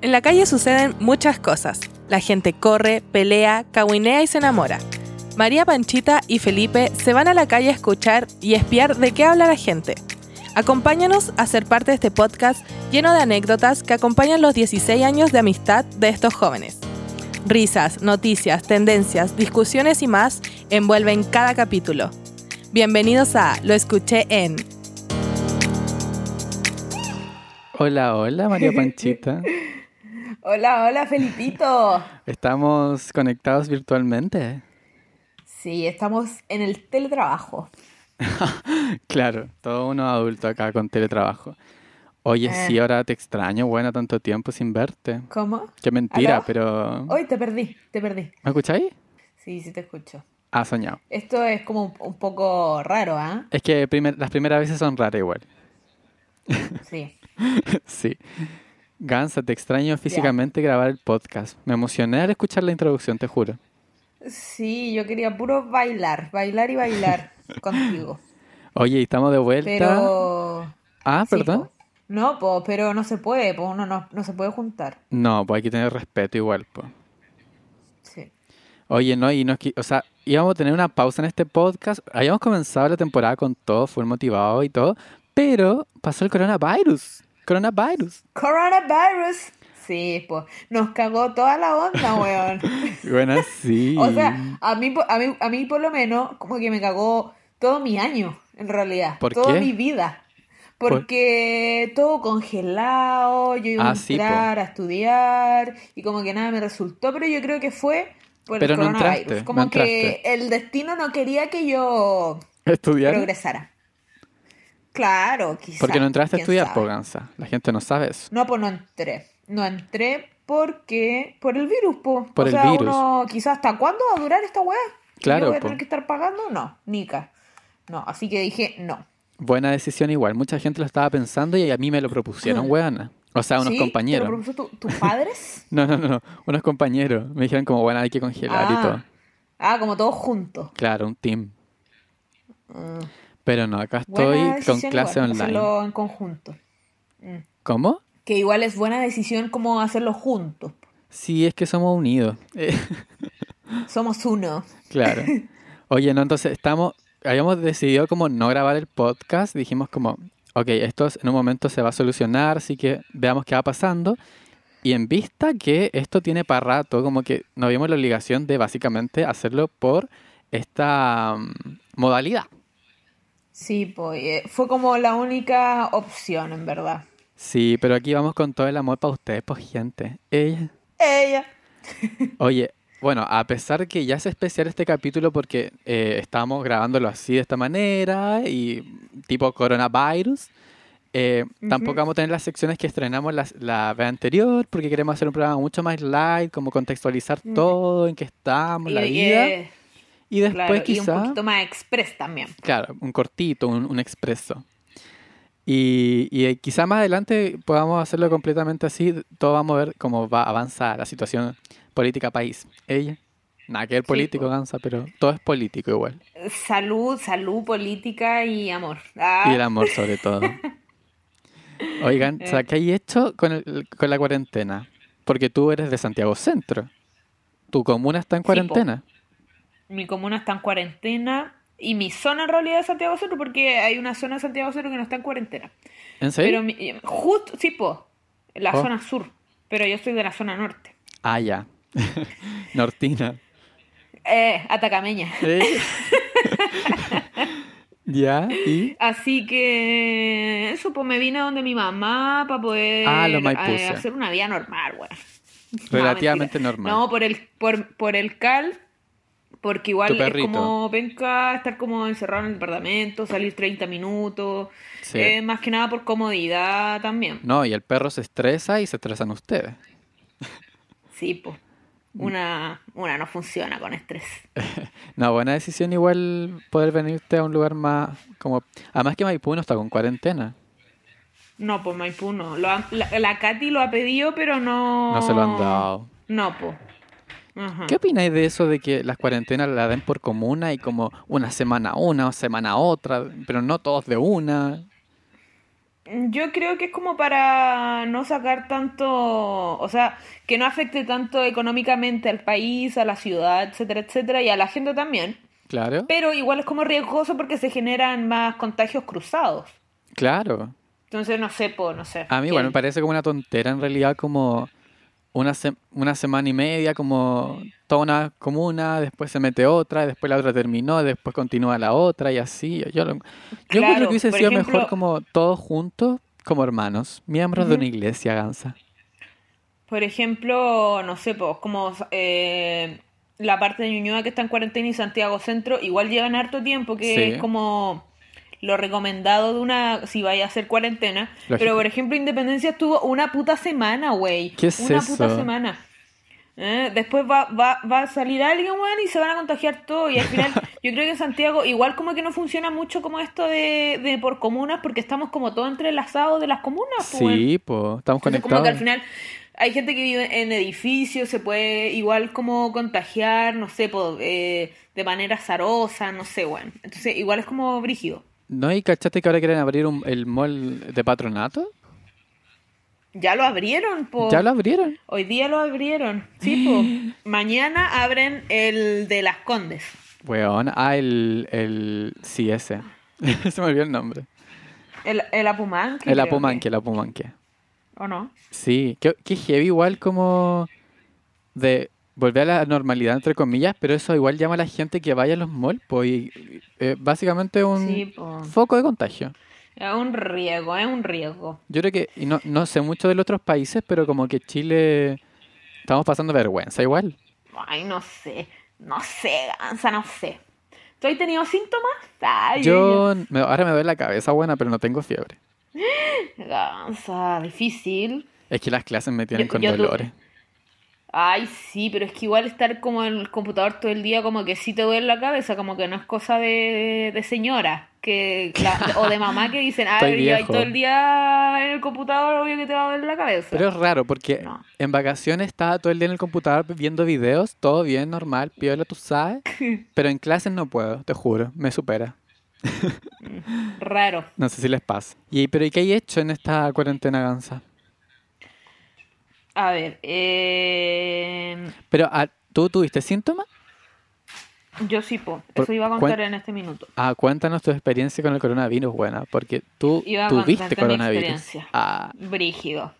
En la calle suceden muchas cosas. La gente corre, pelea, caguinea y se enamora. María Panchita y Felipe se van a la calle a escuchar y espiar de qué habla la gente. Acompáñanos a ser parte de este podcast lleno de anécdotas que acompañan los 16 años de amistad de estos jóvenes. Risas, noticias, tendencias, discusiones y más envuelven cada capítulo. Bienvenidos a Lo escuché en Hola, hola, María Panchita. Hola, hola, Felipito. Estamos conectados virtualmente. Sí, estamos en el teletrabajo. Claro, todo uno adulto acá con teletrabajo. Oye, Eh. sí, ahora te extraño, bueno, tanto tiempo sin verte. ¿Cómo? Qué mentira, ¿Aló? pero... Hoy te perdí, te perdí. ¿Me escucháis? Sí, sí te escucho. Ah, soñado. Esto es como un, un poco raro, ¿ah? Es que primer- las primeras veces son raras igual. Sí. Sí. Gansa, te extraño físicamente grabar el podcast. Me emocioné al escuchar la introducción, te juro. Sí, yo quería puro bailar, bailar y bailar contigo. Oye, y estamos de vuelta. Pero... Ah, sí, perdón. po. No, po, pero no se puede, po, uno no, no se puede juntar. No, pues hay que tener respeto igual, pues. Sí. Oye, no, y no es que, o sea, íbamos a tener una pausa en este podcast. Habíamos comenzado la temporada con todo, full motivado y todo, pero pasó el coronavirus. Coronavirus. Coronavirus. Sí, pues nos cagó toda la onda, weón. Bueno, sí. O sea, a mí, po- a, mí, a mí por lo menos como que me cagó todo mi año, en realidad, ¿Por toda qué? mi vida. Por- Porque todo congelado, yo iba Ah, a sí, po. entrar a estudiar y como que nada me resultó, pero yo creo que fue por Pero el no coronavirus. entraste, como no entraste. que el destino no quería que yo estudiar. progresara. Claro, quizás. Porque no entraste a estudiar, porque Poganza. La gente no sabe eso. no, pues no entré. No entré porque. Por el virus, po. Por o el sea, virus. uno quizás hasta cuándo va a durar esta weá. Claro, ¿Yo voy a po. tener que estar pagando? No, Nica. No, así que dije no. Buena decisión igual. Mucha gente lo estaba pensando y a mí me lo propusieron, weana. O sea, unos ¿Sí? compañeros. ¿Te lo propuso tu- tus padres? No, no, no, no. Unos compañeros. Me dijeron como, bueno, hay que congelar y todo. ah, ah, como todos juntos. Ah, Claro, un team. Pero no, acá Buena estoy con decisión clase igual, online. Hacerlo en conjunto. Mm. ¿Cómo? Que igual es buena decisión como hacerlo juntos. Sí, es que somos unidos. Eh, Somos uno. claro. Oye, no, entonces estamos, habíamos decidido como no grabar el podcast, dijimos como, ok, esto es- en un momento se va a solucionar, así que veamos qué va pasando. Y en vista que esto tiene para rato, como que nos vimos la obligación de básicamente hacerlo por esta mm, modalidad. Sí, pues fue como la única opción, en verdad. Sí, pero aquí vamos con todo el amor para ustedes, pues gente. Ella. Ella. Oye, bueno, a pesar que ya es especial este capítulo porque eh, estamos grabándolo así de esta manera y tipo coronavirus, eh, tampoco vamos a tener las secciones que estrenamos las- la, vez anterior porque queremos hacer un programa mucho más light, como contextualizar todo, en qué estamos, la Y- vida. eh, Y después claro, y un Pues quizá, poquito más express también. claro, un cortito, un, un expreso. Y, y eh, quizá más adelante podamos hacerlo completamente así, todo vamos a ver cómo va avanza la situación política país. Ella, nada que ver Sí, pues. político, po. Gansa, pero todo es político igual. Salud, salud, política y amor. Ah, Y el amor sobre todo. Oigan, o Eh. sea, ¿qué hay hecho con, el- con la cuarentena? Porque tú eres de Santiago Centro. Tu comuna está en po. cuarentena. Mi comuna está en cuarentena y mi zona en realidad es Santiago Centro porque hay una zona de Santiago Centro que no está en cuarentena. ¿En serio? Pero mi- justo, sí, po, la Oh. zona sur, pero yo soy de la zona norte. Ah, ya. Nortina. Eh, atacameña. Eh. ya, y. Así que eso, pues me vine a donde mi mamá para poder Ah, lo eh, maipuce. hacer una vida normal, weón. No, Relativamente mentira. normal. No, por el, por, por el cal, porque Tu igual es perrito. como penca estar como encerrado en el apartamento, salir 30 minutos, Sí. Mm. eh, más que nada por comodidad también. No, y el perro se estresa y se estresan ustedes. Sí, pues. Mm. Una, una no funciona con estrés. No, buena decisión igual poder venirte a un lugar más como... Además que Maipú no está con cuarentena. No, pues Maipú no. Lo han- la, la Katy lo ha pedido, pero no. Mm. No se lo han dado. No, pues. Ajá. ¿Qué opináis de eso de que las cuarentenas la den por comuna y como una semana una, una semana otra, pero no todos de una? Yo creo que es como para no sacar tanto, o sea, que no afecte tanto económicamente al país, a la ciudad, etcétera, etcétera, y a la gente también. Claro. Pero igual es como riesgoso porque se generan más contagios cruzados. Claro. Entonces no sé, po, no sé. A mí igual me ¿Quién? parece como una tontera en realidad como una, se- una semana y media, como toda una comuna, después se mete otra, después la otra terminó, después continúa la otra y así. Yo, lo- yo Claro, encuentro que hubiese por sido ejemplo- mejor como todos juntos, como hermanos, miembros de Ujú. una Ah, iglesia, Gansa. Por ejemplo, no sé, pues como eh, la parte de Ñuñoa que está en cuarentena y Santiago Centro, igual llevan harto tiempo, que Sí. es como lo recomendado de una, si vaya a hacer cuarentena. Lógico. Pero por ejemplo, Independencia estuvo una puta semana, güey. ¿Qué es Una puta eso? semana. ¿Eh? Después va, va, va a salir alguien, weón, y se van a contagiar todos. Y al final, yo creo que en Santiago, igual como que no funciona mucho como esto de, de por comunas, porque estamos como todos entrelazados de las comunas, pues, weón. Sí, pues estamos Entonces, como que al conectados. final hay gente que vive en edificios, se puede igual como contagiar, no sé, po, eh, de manera azarosa, no sé, bueno. Entonces, igual es como brígido. ¿No? ¿Y cachaste que ahora quieren abrir un- el mall de patronato? Ya lo abrieron, po. Ya lo abrieron. Hoy día lo abrieron, sí, po. Mañana abren el de Las Condes. Weón, ah, el, el... Sí, ese. se me olvidó el nombre. El, el Apumanque. El creo Apumanque, el Apumanque. que- ¿O no? Sí, qué, qué heavy igual como de volver a la normalidad, entre comillas, pero eso igual llama a la gente que vaya a los malls, po, y eh, básicamente un Sí, po. foco de contagio. Es un riesgo, es un riesgo. Yo creo que, y no, no sé mucho de los otros países, pero como que Chile estamos pasando vergüenza igual. Ay, no sé. No sé, Gansa, no sé. ¿Tú has tenido síntomas? Ay, Yo, me- ahora me duele la cabeza buena, pero no tengo fiebre. Gansa, difícil. Es que las clases me tienen Yo- con yo tu- dolores. Ay, sí, pero es que igual estar como en el computador todo el día, como que sí te duele la cabeza, como que no es cosa de, de señora que la- o de mamá que dicen, ay, Estoy pero llevas viejo". todo el día en el computador, obvio que te va a doler la cabeza. Pero es raro porque No. en vacaciones estaba todo el día en el computador viendo videos, todo bien, normal, piola, tú sabes. Pero en clases no puedo, te juro, me supera. Raro. No sé si les pasa. ¿Y pero ¿y qué hay hecho en esta cuarentena gansa? A ver, eh, Pero ah, ¿tú tuviste síntomas? yo sí, po, Por- eso iba a ¿cuán- contar en este minuto. Ah, cuéntanos tu experiencia con el coronavirus, buena, porque tú Iba a tuviste contarte mi coronavirus. experiencia. Ah, Brígido.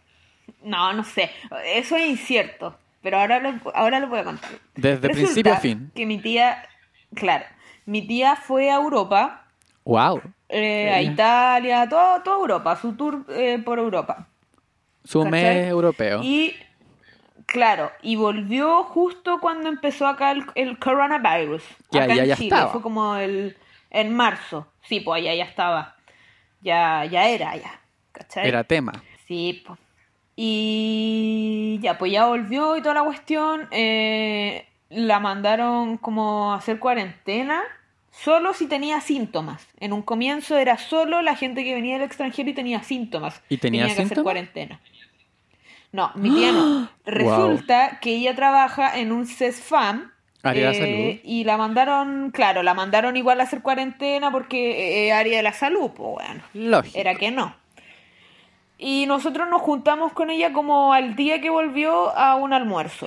No, no sé, eso es incierto, pero ahora lo- ahora lo voy a contar. desde Resulta principio a fin. Que mi tía, claro, mi tía fue a Europa, Wow. eh, a Ella. Italia, a todo- toda Europa, su tour eh, por Europa. Su ¿Cachai? mes europeo. Y claro, y volvió justo cuando empezó acá el, el coronavirus. Ya, acá ya, en ya Chile, estaba. fue como el, en marzo. Sí, pues allá ya estaba. Ya, ya era, ya. ¿Cachai? Era tema. Sí, po. Y ya, pues ya volvió y toda la cuestión. eh, la mandaron como a hacer cuarentena solo si tenía síntomas. En un comienzo era solo la gente que venía del extranjero y tenía síntomas. ¿Y tenía que hacer síntomas? cuarentena. No, mi tía no. Resulta que ella trabaja en un CESFAM. Área de la eh, salud. Y la mandaron, claro, la mandaron igual a hacer cuarentena porque eh, área de la salud, pues bueno Lógico. era que no. Y nosotros nos juntamos con ella como al día que volvió a un almuerzo.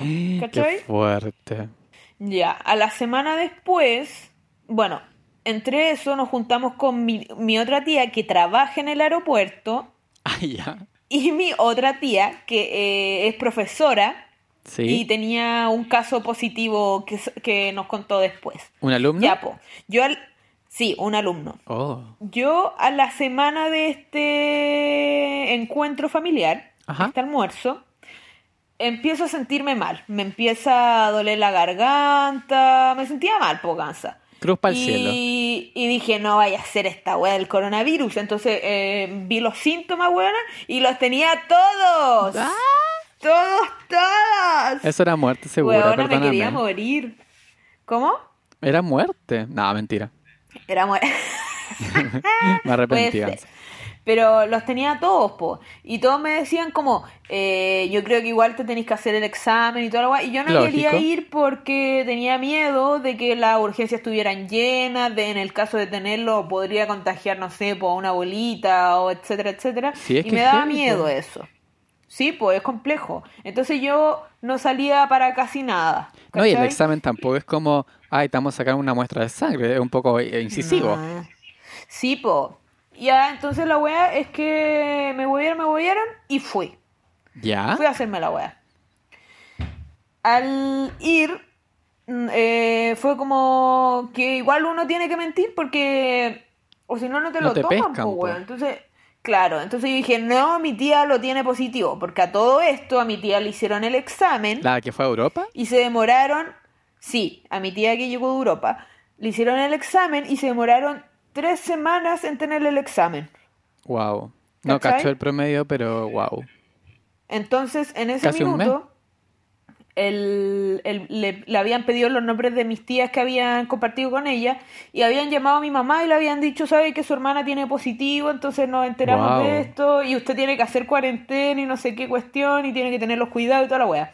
Qué ¿Cachai? fuerte. Ya, a la semana después, bueno, entre eso nos juntamos con mi, mi otra tía que trabaja en el aeropuerto Ah, ya. y mi otra tía que eh, es profesora Sí. y tenía un caso positivo que, s- que nos contó después. ¿Un alumno? Ya, po. Yo al... Sí, un alumno. Oh. Yo a la semana de este encuentro familiar, Ajá. este almuerzo, empiezo a sentirme mal. Me empieza a doler la garganta. Me sentía mal, poganza. Cruz para el y, cielo. y dije, no vaya a ser esta weá del coronavirus. Entonces eh, vi los síntomas, weona, y los tenía todos. Ah. Todos, todos. Eso era muerte segura, Weona, me perdóname. quería morir. ¿Cómo? Era muerte. No, mentira. Era mu- Me arrepentí. Puede Ansa. ser. Pero los tenía todos, po. Y todos me decían como, eh, yo creo que igual te tenéis que hacer el examen y toda la guay. Y yo no Lógico. quería ir porque tenía miedo de que las urgencias estuvieran llenas, de en el caso de tenerlo podría contagiar, no sé, po, a una abuelita o etcétera, etcétera. Sí, es y que me es daba heavy, po. miedo eso. Sí, pues es complejo. Entonces yo no salía para casi nada. No, y el ¿cachai? examen tampoco es como, ay, estamos sacando una muestra de sangre, es un poco eh, incisivo. No. Sí, po. Ya, entonces la wea es que me huevieron, me huevieron y fui. ¿Ya? Fui a hacerme la wea. Al ir, mm, eh, fue como que igual uno tiene que mentir porque, o si no, no te No lo te toman, po, pescan, po. weón. Entonces, claro, entonces yo dije, no, mi tía lo tiene positivo, porque a todo esto a mi tía le hicieron el examen. ¿La que fue a Europa? Y se demoraron, sí, a mi tía que llegó de Europa, le hicieron el examen y se demoraron tres semanas en tener el examen. Wow. No ¿Cachai? cacho el promedio, pero wow. Entonces, en ese Casi un minuto, el- el- le, le habían pedido los nombres de mis tías que habían compartido con ella y habían llamado a mi mamá y le habían dicho, sabe que su hermana tiene positivo, entonces nos enteramos Guau. de esto y usted tiene que hacer cuarentena y no sé qué cuestión y tiene que tener los cuidados y toda la wea.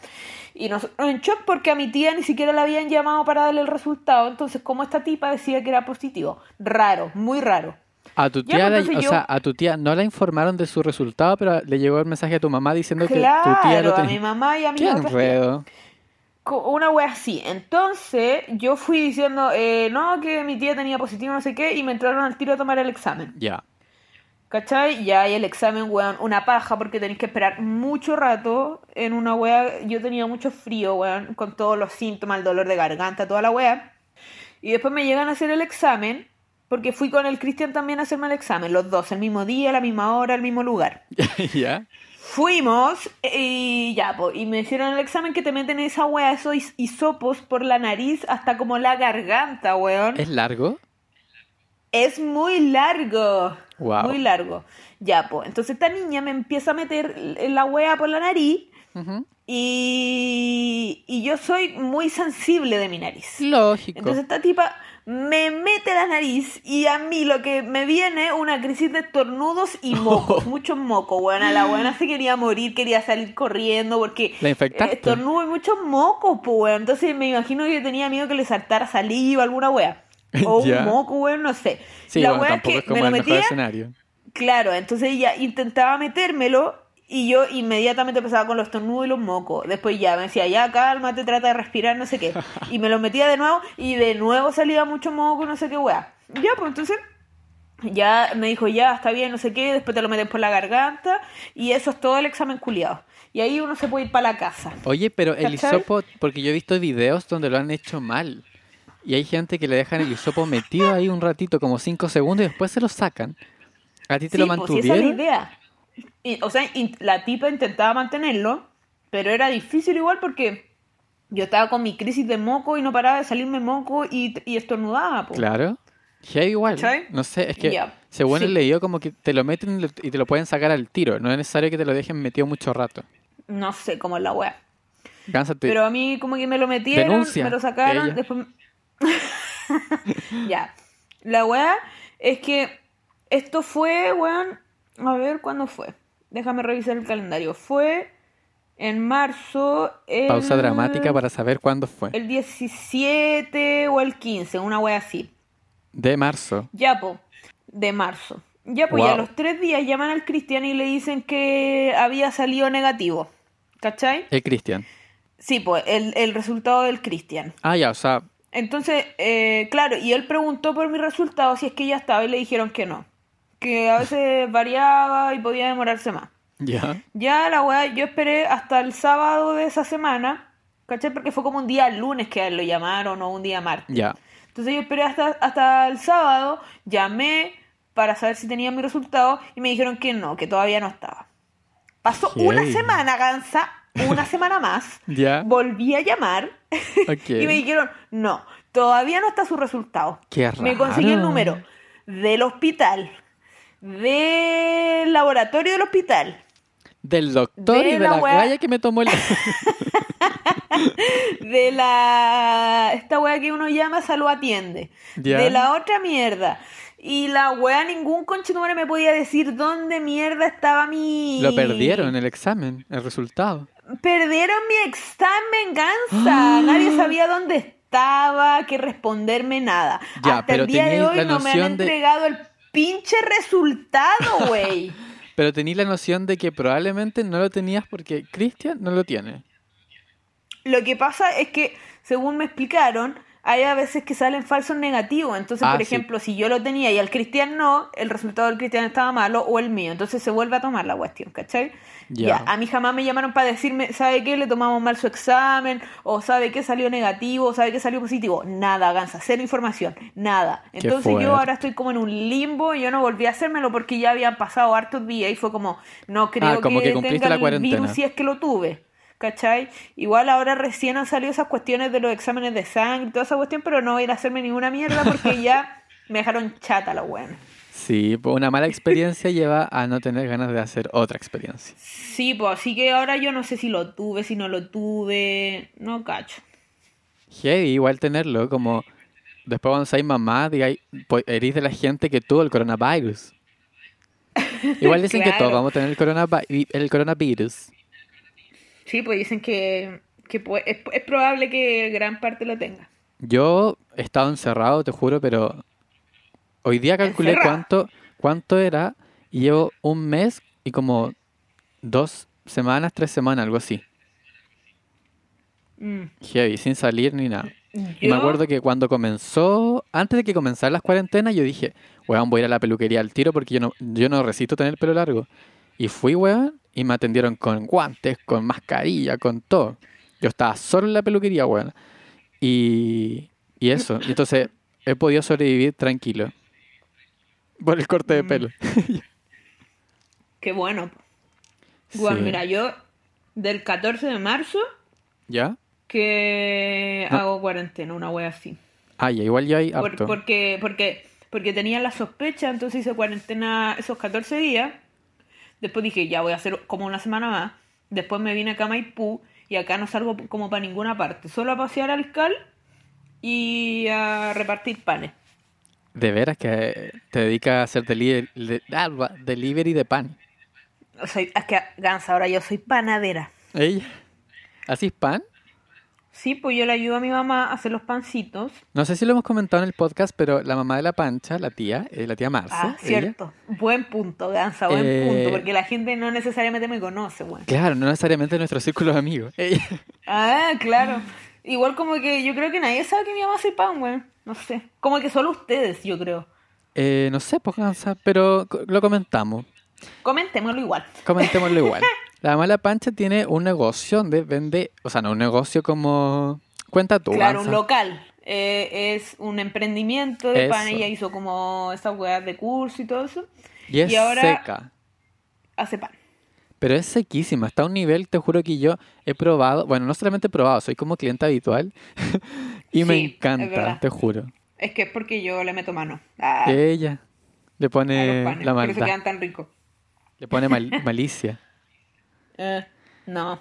Y nosotros en shock porque a mi tía ni siquiera la habían llamado para darle el resultado, entonces como esta tipa decía que era positivo, raro, muy raro. A tu Ya, pues, tía, la- entonces o yo- sea, a tu tía no la informaron de su resultado, pero le llegó el mensaje a tu mamá diciendo que tu tía Claro, lo a mi tenía. mamá y a mi ¡Qué otra tía. enredo! co- una wea así. Entonces yo fui diciendo, eh, no, que mi tía tenía positivo, no sé qué, y me entraron al tiro a tomar el examen. Ya. ¿Cachai? Ya hay el examen, weón, una paja, porque tenéis que esperar mucho rato en una wea. Yo tenía mucho frío, weón, con todos los síntomas, el dolor de garganta, toda la wea. Y después me llegan a hacer el examen, porque fui con el Cristian también a hacerme el examen, los dos, el mismo día, la misma hora, el mismo lugar. ¿Ya? Fuimos eh, y ya, po, y me hicieron el examen que te meten esa wea, esos his- hisopos por la nariz hasta como la garganta, weón. ¿Es largo? Es muy largo. Guau. Muy largo. Ya, pues. Entonces esta niña me empieza a meter l- la wea por la nariz Ujú. y, y yo soy muy sensible de mi nariz. Lógico. Entonces esta tipa me mete la nariz y a mí lo que me viene una crisis de estornudos y mocos, muchos mocos, buena la buena se quería morir, quería salir corriendo porque ¿La infectaste? eh, estornudo y muchos mocos, pues weón. entonces me imagino que tenía miedo que le saltara saliva alguna wea o Ya. un moco, weón, no sé. sí, la bueno, wea tampoco que es como me lo el mejor metía escenario. Claro, entonces ella intentaba metérmelo y yo inmediatamente empezaba con los estornudos y los mocos. Después ya me decía, ya cálmate, trata de respirar, no sé qué. Y me lo metía de nuevo y de nuevo salía mucho moco, no sé qué weá. Ya, pues entonces ya me dijo, ya está bien, no sé qué. Después te lo meten por la garganta y eso es todo el examen culiado. Y ahí uno se puede ir para la casa. Oye, pero el ¿Cachai? hisopo, porque yo he visto videos donde lo han hecho mal. Y hay gente que le dejan el hisopo metido ahí un ratito, como cinco segundos, y después se lo sacan. ¿A ti te lo Sí, pues, sí, esa es la mantuvieron? idea. Y, o sea, in- la tipa intentaba mantenerlo, pero era difícil igual porque yo estaba con mi crisis de moco y no paraba de salirme moco y, y estornudaba. pues. po. Claro. Ya igual. ¿Cachai? No sé, es que Ya, según he sí. leído, como que te lo meten y lo- y te lo pueden sacar al tiro. No es necesario que te lo dejen metido mucho rato. No sé cómo es la wea. Cánsate. Pero a mí como que me lo metieron, Denuncia, me lo sacaron, ella. después... ya. La weá es que esto fue, weón, a ver cuándo fue. Déjame revisar el calendario. Fue en marzo. el- Pausa dramática para saber cuándo fue. eh, El 17 o el 15, una wea así. De marzo. Ya, po, de marzo. Ya, pues, y a Wow. los tres días llaman al Cristian y le dicen que había salido negativo. ¿Cachai? El Eh, Cristian. Sí, pues, el, el resultado del Cristian. Ah, ya, o sea, Entonces, eh, claro, y él preguntó por mi resultado si es que ya estaba y le dijeron que no. Que a veces variaba y podía demorarse más. ya. Ya la weá, yo esperé hasta el sábado de esa semana, ¿cachai? Porque fue como un día lunes que a él lo llamaron o un día martes. Ya. Entonces yo esperé hasta, hasta el sábado, llamé para saber si tenía mi resultado y me dijeron que no, que todavía no estaba. Pasó una Heavy. semana, Gansa, una semana más, Ya. volví a llamar Ok. y me dijeron, no, todavía no está su resultado. Qué Me conseguí el raro. número del hospital, del laboratorio del hospital, Del doctor De y de la la wea- playa que me tomó el. de la esta wea que uno llama salud atiende Ya. de la otra mierda Y la wea, ningún conchetumare me podía decir dónde mierda estaba mi. Lo perdieron el examen, el resultado. Perdieron mi examen venganza. Nadie sabía dónde estaba, que responderme nada. Ya, Hasta pero el día de teníais hoy la no me han noción de- entregado el pinche resultado, güey. Pero tenéis la noción de que probablemente no lo tenías porque Cristian no lo tiene. Lo que pasa es que, según me explicaron, hay a veces que salen falsos negativos. Entonces, Ah, por sí. ejemplo, si yo lo tenía y al Cristian no, el resultado del Cristian estaba malo o el mío. Entonces se vuelve a tomar la cuestión, ¿cachai? Ya. Ya, a mí jamás me llamaron para decirme, ¿sabe qué? Le tomamos mal su examen, o ¿sabe qué salió negativo? o ¿Sabe qué salió positivo? Nada, Gansa, cero información, nada. Entonces fuerte. yo ahora estoy como en un limbo y yo no volví a hacérmelo porque ya habían pasado hartos días y fue como, no creo Ah, como que cumpliste tenga la el cuarentena. virus si es que lo tuve. ¿Cachai? Igual ahora recién han salido esas cuestiones de los exámenes de sangre y toda esa cuestión, pero no voy a ir a hacerme ninguna mierda porque ya me dejaron chata la buena. Sí, pues una mala experiencia lleva a no tener ganas de hacer otra experiencia. Sí, pues así que ahora yo no sé si lo tuve, si no lo tuve, no cacho. Heavy, igual tenerlo, como después cuando seas mamá, digáis, po- eres de la gente que tuvo el coronavirus. Igual dicen que todos Claro. vamos a tener el, coronavi- el coronavirus. Sí, pues dicen que, que pu- es, es probable que gran parte lo tenga. Yo he estado encerrado, te juro, pero hoy día calculé Encerrado. cuánto, cuánto era y llevo un mes y como dos semanas, tres semanas, algo así. Mm. Heavy, sin salir ni nada. Y Yo- me acuerdo que cuando comenzó, antes de que comenzaran las cuarentenas, yo dije, weón, voy a ir a la peluquería al tiro porque yo no, yo no resisto tener pelo largo. Y fui, weón, y me atendieron con guantes, con mascarilla, con todo. Yo estaba solo en la peluquería, weón. Y, y eso. Y entonces he podido sobrevivir tranquilo. Por el corte de Mm. pelo. Qué bueno. Igual, Sí. mira, yo del 14 de marzo ¿Ya? que No. hago cuarentena, una wea así. Ah, ya, igual ya hay Por- harto. porque, porque, porque tenía la sospecha, entonces hice cuarentena esos 14 días. Después dije, ya voy a hacer como una semana más. Después me vine acá a Maipú y acá no salgo como para ninguna parte. Solo a pasear al cal y a repartir panes. De veras que te dedicas a hacer deli- de- ah, va- delivery de pan. Soy, es que, Gans, ahora yo soy panadera. Ella. ¿Haces pan? Sí, pues yo le ayudo a mi mamá a hacer los pancitos. No sé si lo hemos comentado en el podcast, pero la mamá de la pancha, la tía, eh, la tía Marce. Ah, ella- cierto. Buen punto, Gansa, buen Eh, punto. Porque la gente no necesariamente me conoce, bueno. Claro, no necesariamente nuestro círculo de amigos. Ella- Ah, Mm. claro. Igual como que yo creo que nadie sabe que mi mamá hace pan, weón. No sé. Como que solo ustedes, yo creo. Eh, no sé, pues, Gansa, pero co- lo comentamos. Comentémoslo igual. Comentémoslo igual. La mamá de la pancha tiene un negocio donde vende, o sea, no un negocio como... Cuenta tú, Claro, un Gansa. local. Eh, es un emprendimiento de pan. Eso. Ella hizo como esas weas de curso y todo eso. Y es y ahora- seca. Hace pan. Pero es sequísima, está a un nivel, te juro que yo he probado, bueno, no solamente he probado, soy como cliente habitual y me Sí, es encanta, verdad. te juro. Es que es porque yo le meto mano a, a Ella le pone los panes. Eh, la Por eso maldad. quedan tan ricos. Le pone mal- malicia. Eh, no.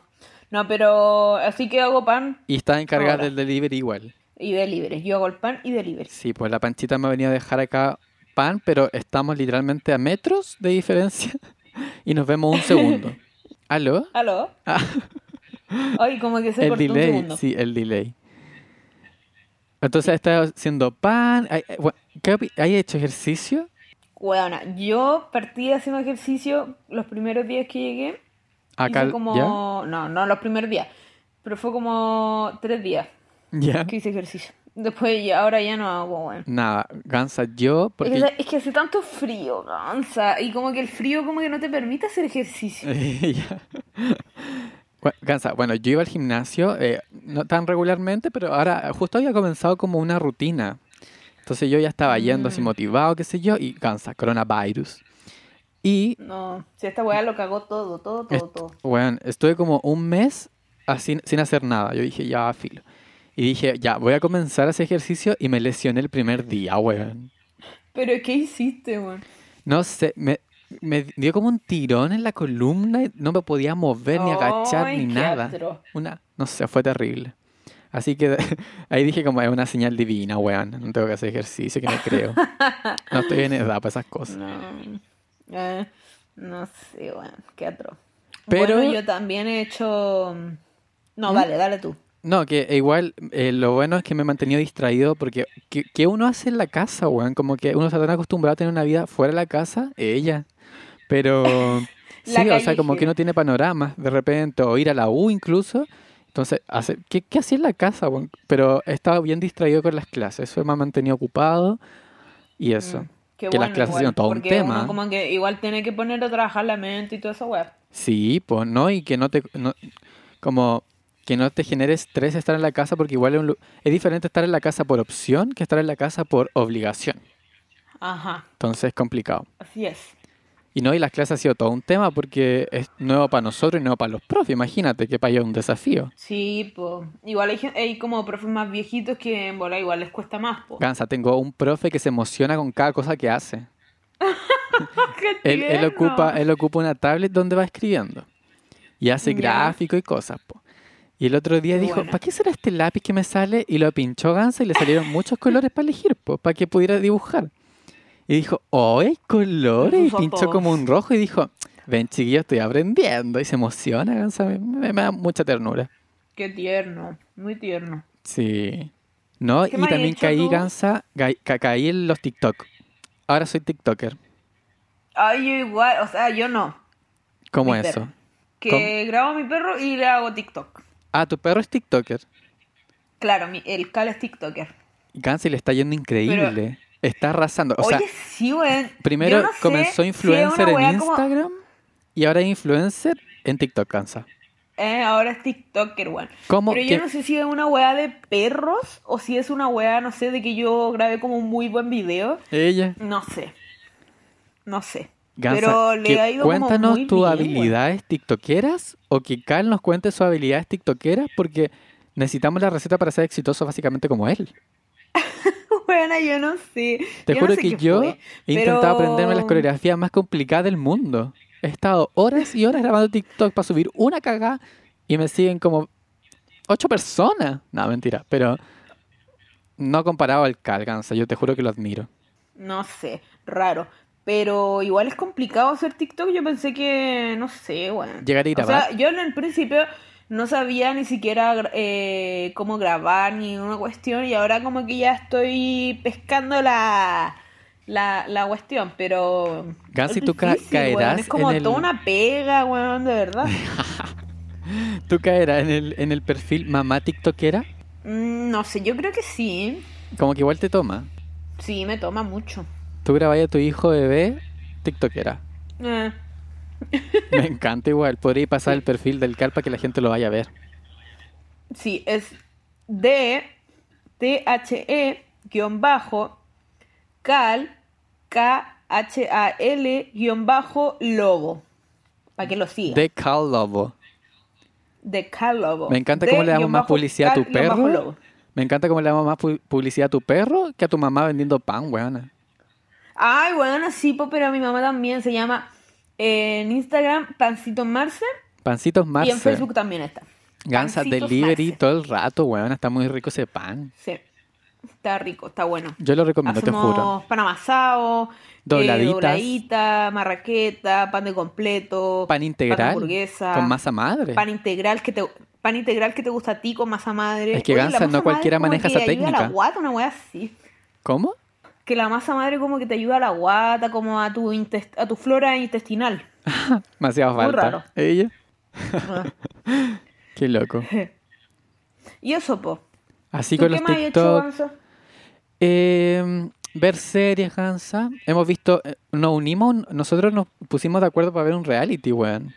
No, pero así que hago pan Y está encargada Ahora. del delivery igual. y delivery. Yo hago el pan y delivery. Sí, pues la panchita me ha venido a dejar acá pan, pero estamos literalmente a metros de diferencia y nos vemos un segundo. ¿Aló? ¿Aló? Ah. Ay, como que se El cortó un delay, segundo. sí, el delay. Entonces está haciendo pan. ¿Hay, eh, hay- ¿qué opi- hay hecho ejercicio? Weona, yo partí haciendo ejercicio los primeros días que llegué. Acá, hice como. ¿ya? No, no los primeros días. Pero fue como tres días ¿Ya? que hice ejercicio. Después ya, ahora ya no hago, weón. Nada, Gansa, yo, Es, porque... que- es que hace tanto frío, cansa. Y como que el frío como que no te permite hacer Eh. ejercicio. Ya. Gua- Gansa, bueno, yo iba al gimnasio, eh, no tan regularmente, pero ahora justo había comenzado como una rutina. Entonces yo ya estaba yendo así Mm. motivado, qué sé yo, y Gansa, coronavirus. Y, No, si esta weá lo cagó todo, todo, todo, todo. bueno, estuve como un mes así, sin hacer nada. Yo dije, ya, filo. Y dije, ya, voy a comenzar a hacer ejercicio y me lesioné el primer día, weón. Pero ¿qué hiciste, weón? No sé, me, me dio como un tirón en la columna y no me podía mover, ni agachar, Ay, ni qué nada. atro. Una, no sé, fue terrible. Así que ahí dije como es una señal divina, weón. No tengo que hacer ejercicio, que me creo. No estoy en edad para esas cosas. No, Eh, no sé, bueno, qué atroz. Pero- ¿Mm? Bueno, yo también he hecho... mm, No, vale, dale tú. No, que igual eh, lo bueno es que me he mantenido distraído porque ¿qué, qué uno hace en la casa, weón? Como que uno está tan acostumbrado a tener una vida fuera de la casa, ella. Pero La sí, o sea, como calligera. que uno tiene panoramas de repente o ir a la U incluso. Entonces, hace, ¿qué, qué hacía en la casa, weón? Pero he estado bien distraído con las clases, eso me ha mantenido ocupado y eso. Mm, qué que las bueno clases igual, sean todo un porque tema. uno como que igual tiene que poner a trabajar la mente y todo eso, weón. Sí, pues no, y que no te. no- como que no te genere estrés estar en la casa, porque igual es, un lu- es diferente estar en la casa por opción que estar en la casa por obligación. Ajá, Entonces es complicado. así es. Y no, y las clases ha sido todo un tema porque es nuevo para nosotros y nuevo para los profes. Imagínate que para ellos es un desafío. Sí, pues. Igual hay, gen- hay como profes más viejitos que en bola igual les cuesta más, po. Gansa, tengo un profe que se emociona con cada cosa que hace. ¡Qué Él, él tierno! ocupa, eh. él ocupa una tablet donde va escribiendo. Y hace Ya. gráficos y cosas. po. Y el otro día Qué dijo, buena. ¿para qué será este lápiz que me sale? Y lo pinchó Gansa y le salieron muchos colores para elegir, para que pudiera dibujar. Y dijo, ¡oh, hay colores! Y puso pinchó como todos. un rojo y dijo, ven chiquillo, estoy aprendiendo. Y se emociona, Gansa, me, me- me da mucha ternura. Qué tierno, muy tierno. Sí. ¿No? ¿Qué Y más has también hecho caí, tú? Gansa, gai- ca- caí en los TikTok. Ahora soy TikToker. Ay, yo igual, o sea, yo no. ¿Cómo Mi eso? perro. Que ¿Cómo? grabo a mi perro y le hago TikTok. Ah, tu perro es TikToker. Claro, mi- el Cal es TikToker. Gansy le está yendo increíble. Está arrasando. O sea, Oye, sí, weón. primero Yo no sé si comenzó es influencer una en weá como- Instagram y ahora es influencer en TikTok, Gansa. Eh, ahora es TikToker, weón. ¿Cómo Pero que- yo no sé si es una weá de perros o si es una weá, no sé, de que yo grabé como un muy buen video. Ella. No sé. No sé. Gansa, Pero le que ha ido como cuéntanos muy tus bien, weón. habilidades tiktokeras o que Cal nos cuente sus habilidades tiktokeras porque necesitamos la receta para ser exitoso básicamente como él. Bueno, yo no sé. Te Yo no juro sé que qué yo fue, he intentado pero- aprenderme las coreografías más complicadas del mundo. He estado horas y horas grabando TikTok para subir una cagada y me siguen como ocho personas. No, mentira, pero no comparado al Calganza, yo te juro que lo admiro. No sé, raro. Pero igual es complicado hacer TikTok. Yo pensé que, no sé, bueno. Llegar a O grabar. sea, yo en el principio no sabía ni siquiera gra- eh, cómo grabar ni una cuestión y ahora como que ya estoy pescando la, la, la cuestión, pero... Gansi, es tú ca- difícil, weón, caerás Es como en el- toda una pega, weón, de verdad. ¿Tú caerás en el, en el perfil mamá tiktokera? Mm, no sé, yo creo que sí. Como que igual te toma. Sí, me toma mucho. Tú grabáis a tu hijo bebé tiktokera. Eh, Me encanta igual. Podría pasar el perfil del Cal para que la gente lo vaya a ver. sí, es D, T-H-E, guión bajo, Cal, K-H-A-L, guión bajo, Lobo. Para que lo siga. De Cal Lobo. De Cal Lobo. Me encanta De cómo le damos guión más bajo publicidad a tu Cal guión bajo perro. Lobo. Me encanta cómo le damos más pu- publicidad a tu perro que a tu mamá vendiendo pan, weona. Ay, bueno, sí, po, pero mi mamá también se llama eh, en Instagram Pancito Marce Pancitos y en Marce. Facebook también está. Gansa Pancitos delivery Marce. todo el rato, weona. Está muy rico ese pan. Sí, está rico, está bueno. Yo lo recomiendo, Hacemos te juro. pan amasado, eh, Dobladitas. dobladita, marraqueta, pan de completo, Pan integral hamburguesa, con masa madre. pan integral que te pan integral que te gusta a ti con masa madre. Es que, Oye, la Gansa, no masa madre cualquiera como maneja que esa ayuda a la técnica. guata, una wea así. ¿Cómo? Que la masa madre como que te ayuda a la guata, como a tu intest- a tu flora intestinal. Demasiado Muy falta. raro. Ella. Ah. Qué loco. Y eso, po. Así ¿Tú con qué los más has hecho, TikTok. Gonzo? Eh, ver series, Gansa. Hemos visto. eh, Nos unimos. Nosotros nos pusimos de acuerdo para ver un reality, weón.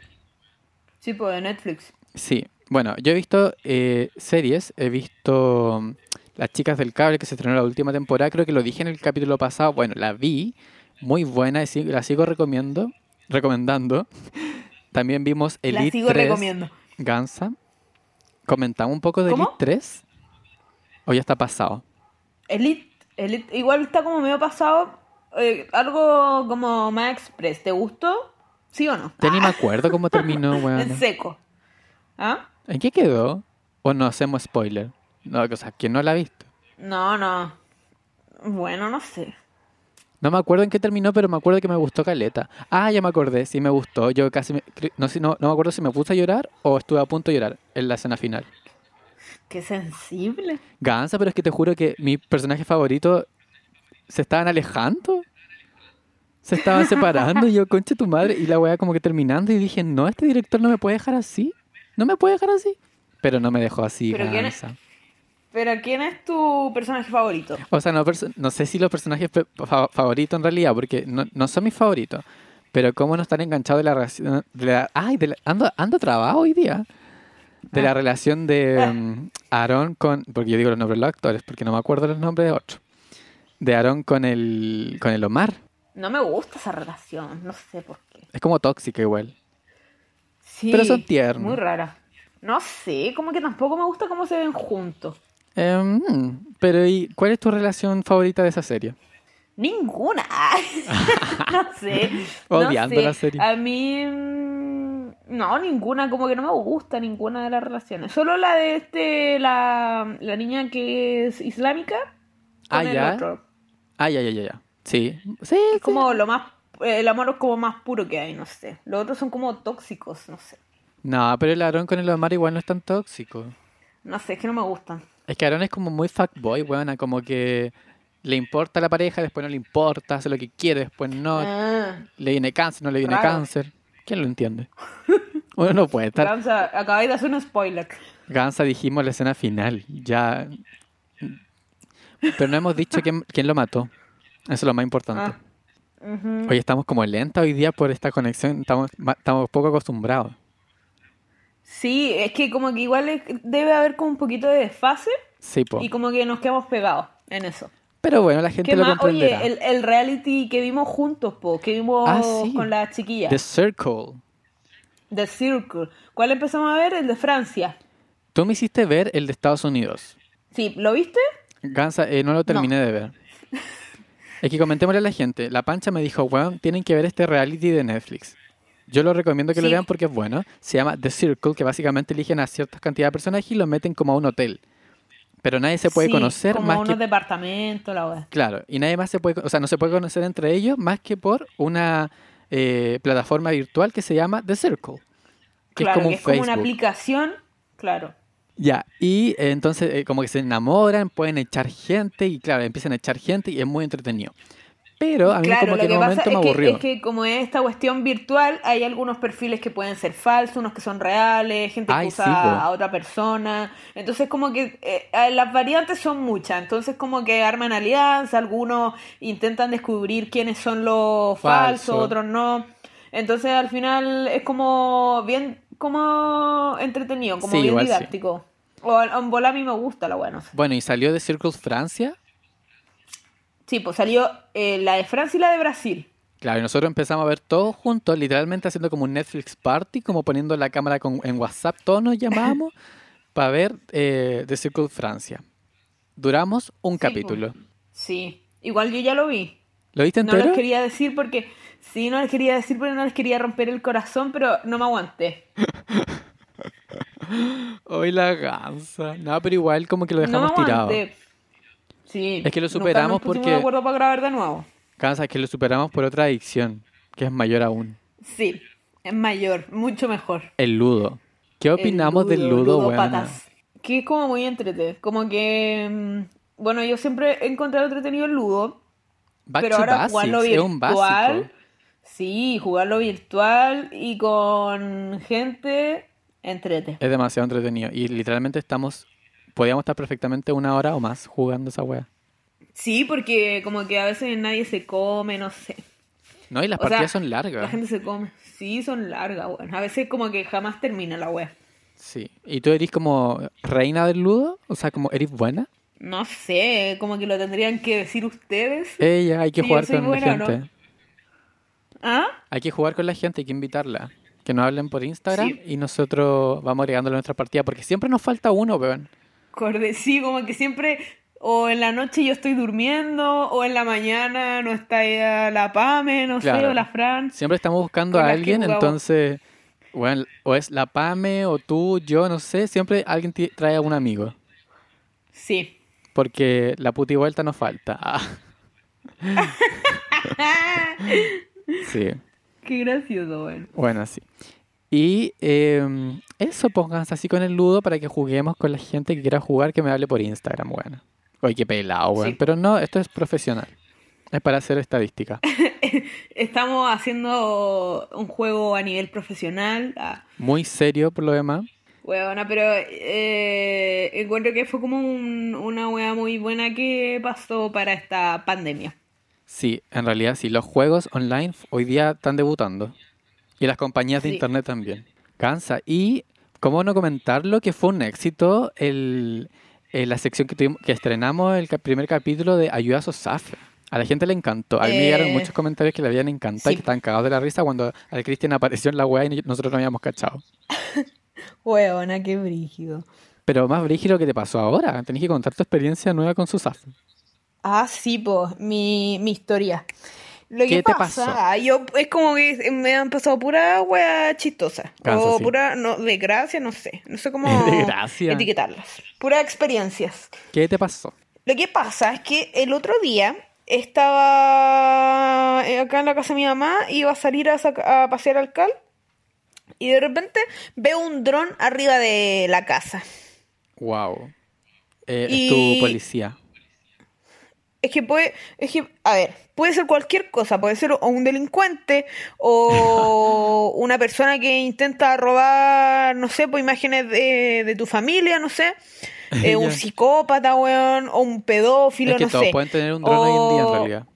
Sí, po, de Netflix. Sí, bueno, yo he visto eh, series, he visto mm, Las Chicas del Cable, que se estrenó la última temporada, creo que lo dije en el capítulo pasado, bueno, la vi, muy buena, y sí- la sigo recomiendo, recomendando. También vimos Elite la sigo 3, recomiendo. Gansa. Comentamos un poco de ¿Cómo? Elite 3, o ya está pasado. Elite, Elite, igual está como medio pasado. eh, algo como más express. ¿Te gustó? ¿Sí o no? Ya ni me acuerdo cómo terminó, En weón. seco. ¿Ah? ¿En qué quedó? ¿O no hacemos spoiler? No, o sea, ¿quién no la ha visto? No, no. Bueno, no sé. No me acuerdo en qué terminó, pero me acuerdo que me gustó Caleta. Ah, ya me acordé, sí me gustó. Yo casi me- cre- no, sé- no, no me acuerdo si me puse a llorar o estuve a punto de llorar en la escena final. Qué sensible. Gansa, pero es que te juro que mi personaje favorito se estaban alejando. Se estaban separando y yo, conche tu madre, y la weá como que terminando y dije, no, este director no me puede dejar así. No me puede dejar así. Pero no me dejó así, Pero ¿quién es- Gansa. Pero ¿quién es tu personaje favorito? O sea, no, perso- no sé si los personajes pe- fa- favoritos en realidad, porque no, no son mis favoritos. Pero cómo no están enganchados de la relación... de la- ay, de la- ando, ando trabado hoy día. De Ah. la relación de mm, Aarón con... Porque yo digo los nombres de los actores, porque no me acuerdo los nombres de otros. De Aarón con el, con el Omar. No me gusta esa relación, no sé por qué. Es como tóxica igual. Sí, Pero son tiernos. Muy rara. No sé, como que tampoco me gusta cómo se ven juntos. Eh, mm, pero ¿y cuál es tu relación favorita de esa serie? Ninguna. no sé. no Odiando sé. la serie. A mí. mm, No, ninguna. Como que no me gusta ninguna de las relaciones. Solo la de este. La, la niña que es islámica. con Ah, el ya. otro. Ah, ya, ya, ya, ya. Sí. Sí, Es como lo más. El amor es como más puro que hay, no sé. Los otros son como tóxicos, no sé. No, pero el Aarón con el Omar igual no es tan tóxico. No sé, es que no me gustan. Es que Aaron es como muy fuckboy, weona, como que le importa a la pareja, después no le importa, hace lo que quiere, después no, Ah, le viene cáncer, no le viene Raro. cáncer. ¿Quién lo entiende? Uno no puede estar. Gansa, acabáis de hacer un spoiler. Gansa dijimos la escena final, ya. Pero no hemos dicho quién, quién lo mató. Eso es lo más importante. Ah, ujú. Hoy estamos como lenta hoy día por esta conexión, estamos, ma- estamos poco acostumbrados. Sí, es que como que igual es- debe haber como un poquito de desfase. Sí, po. Y como que nos quedamos pegados en eso. Pero bueno, la gente ¿Qué lo más? Oye, comprenderá. el, el reality que vimos juntos, po, que vimos Ah, sí. con la chiquilla. The Circle. The Circle. ¿Cuál empezamos a ver? El de Francia. Tú me hiciste ver el de Estados Unidos. Sí, ¿lo viste? Gansa, eh, no lo terminé de ver. Es que comentémosle a la gente. La Pancha me dijo, weón, tienen que ver este reality de Netflix. Yo lo recomiendo que lo Sí. vean porque es bueno. Se llama The Circle, que básicamente eligen a ciertas cantidades de personajes y los meten como a un hotel. Pero nadie se puede Sí, conocer como más unos que... departamentos, la wea. Claro, y nadie más se puede... O sea, no se puede conocer entre ellos más que por una eh, plataforma virtual que se llama The Circle. Que Claro, es como que un es como una Facebook. aplicación. Claro. Ya, y eh, entonces eh, como que se enamoran, pueden echar gente y claro, empiezan a echar gente y es muy entretenido. Pero a mí Claro, como que lo en que un momento pasa me es que, aburrió. es que como es esta cuestión virtual, hay algunos perfiles que pueden ser falsos, unos que son reales, gente Ay, que usa sí, po. a otra persona. Entonces como que eh, eh, las variantes son muchas. Entonces como que arman alianzas, algunos intentan descubrir quiénes son los falsos, Falso. otros no. Entonces al final es como bien como entretenido, como Sí, bien igual sí. didáctico. O a- en bola a mí me gusta la buena. Bueno, y salió de Circle Francia. Sí, pues salió eh, la de Francia y la de Brasil. Claro, y nosotros empezamos a ver todos juntos, literalmente haciendo como un Netflix party, como poniendo la cámara con- en WhatsApp, todos nos llamábamos para ver eh, The Circle Francia. Duramos un po. capítulo. Sí, igual yo ya lo vi. ¿Lo viste No entero? les quería decir porque. Sí, no les quería decir porque no les quería romper el corazón, pero no me aguanté. Hoy la gansa. No, pero igual como que lo no me dejamos tirado. aguanté. Sí. Es que lo nunca superamos nos pusimos porque- de acuerdo para grabar de nuevo. Gansa, que lo superamos por otra adicción, que es mayor aún. Sí, es mayor, mucho mejor. El ludo. ¿Qué El opinamos del ludo, ludo weona? patas. Que es como muy entretenido. Como que. mm, Bueno, yo siempre he encontrado entretenido el ludo, Back pero to ahora basics, jugarlo es un virtual. básico. Sí, jugarlo virtual y con gente. Entrete. Es demasiado entretenido. Y literalmente estamos. Podíamos estar perfectamente una hora o más jugando esa wea. Sí, porque como que a veces nadie se come, no sé. No, y las O partidas sea, son La largas. gente se come. Sí, son largas, bueno. A veces como que jamás termina la web. Sí. ¿Y tú eres como reina del ludo? O sea, como eres buena. No sé, como que lo tendrían que decir ustedes. Ella, hay que Sí, yo jugar soy con buena, la ¿o no? gente. ¿Ah? Hay que jugar con la gente, hay que invitarla. Que nos hablen por Instagram Sí. y nosotros vamos agregándole nuestra partida. Porque siempre nos falta uno, weón. Corde- sí, como que siempre o en la noche yo estoy durmiendo o en la mañana no está ella la Pame, no sé, Claro. o la Fran. Siempre estamos buscando Con a las que alguien, jugamos. entonces, bueno, o es la Pame, o tú, yo, no sé, siempre alguien ti- trae a un amigo. Sí. Porque la puti vuelta no falta. Ah. sí. ¡Ah! Qué gracioso, bueno. Bueno, sí. Y eh, eso, pónganse así con el ludo para que juguemos con la gente que quiera jugar, que me hable por Instagram, bueno. Oye, qué pelado, bueno. Sí. Pero no, esto es profesional. Es para hacer estadística. Estamos haciendo un juego a nivel profesional. Ah, Muy serio por lo demás. Huevona, pero eh, encuentro que fue como un- una hueá muy buena que pasó para esta pandemia. Sí, en realidad sí. Los juegos online f- hoy día están debutando. Y las compañías de Sí. internet también. Cansa. Y, ¿cómo no comentarlo? Que fue un éxito el, el- la sección que, tuvimos, que estrenamos, el ca- primer capítulo de Ayuda a Sosafe. A la gente le encantó. A mí me llegaron Eh, muchos comentarios que le habían encantado y sí. que estaban cagados de la risa cuando al Cristian apareció en la web y nosotros no habíamos cachado. Huevona, qué brígido. Pero más brígido que te pasó ahora. Tenés que contar tu experiencia nueva con Sosafe. Ah, sí, pues, mi, mi historia. Lo ¿Qué que te pasa, pasó? yo es como que me han pasado pura wea chistosa. Cansa, o sí. pura no, desgracia, no sé. No sé cómo Desgracia. etiquetarlas. Puras experiencias. ¿Qué te pasó? Lo que pasa es que el otro día estaba eh, acá en la casa de mi mamá, iba a salir a, saca- a pasear al cal y de repente veo un dron arriba de la casa. Wow. Eh, Es Y- tu policía. Es que puede, es que, a ver, puede ser cualquier cosa, puede ser o un delincuente o una persona que intenta robar, no sé, pues imágenes de, de tu familia, no sé, eh, un Ya. psicópata, weón, o un pedófilo, Es que no todos sé, Oh, pueden tener un dron hoy en día en o- realidad.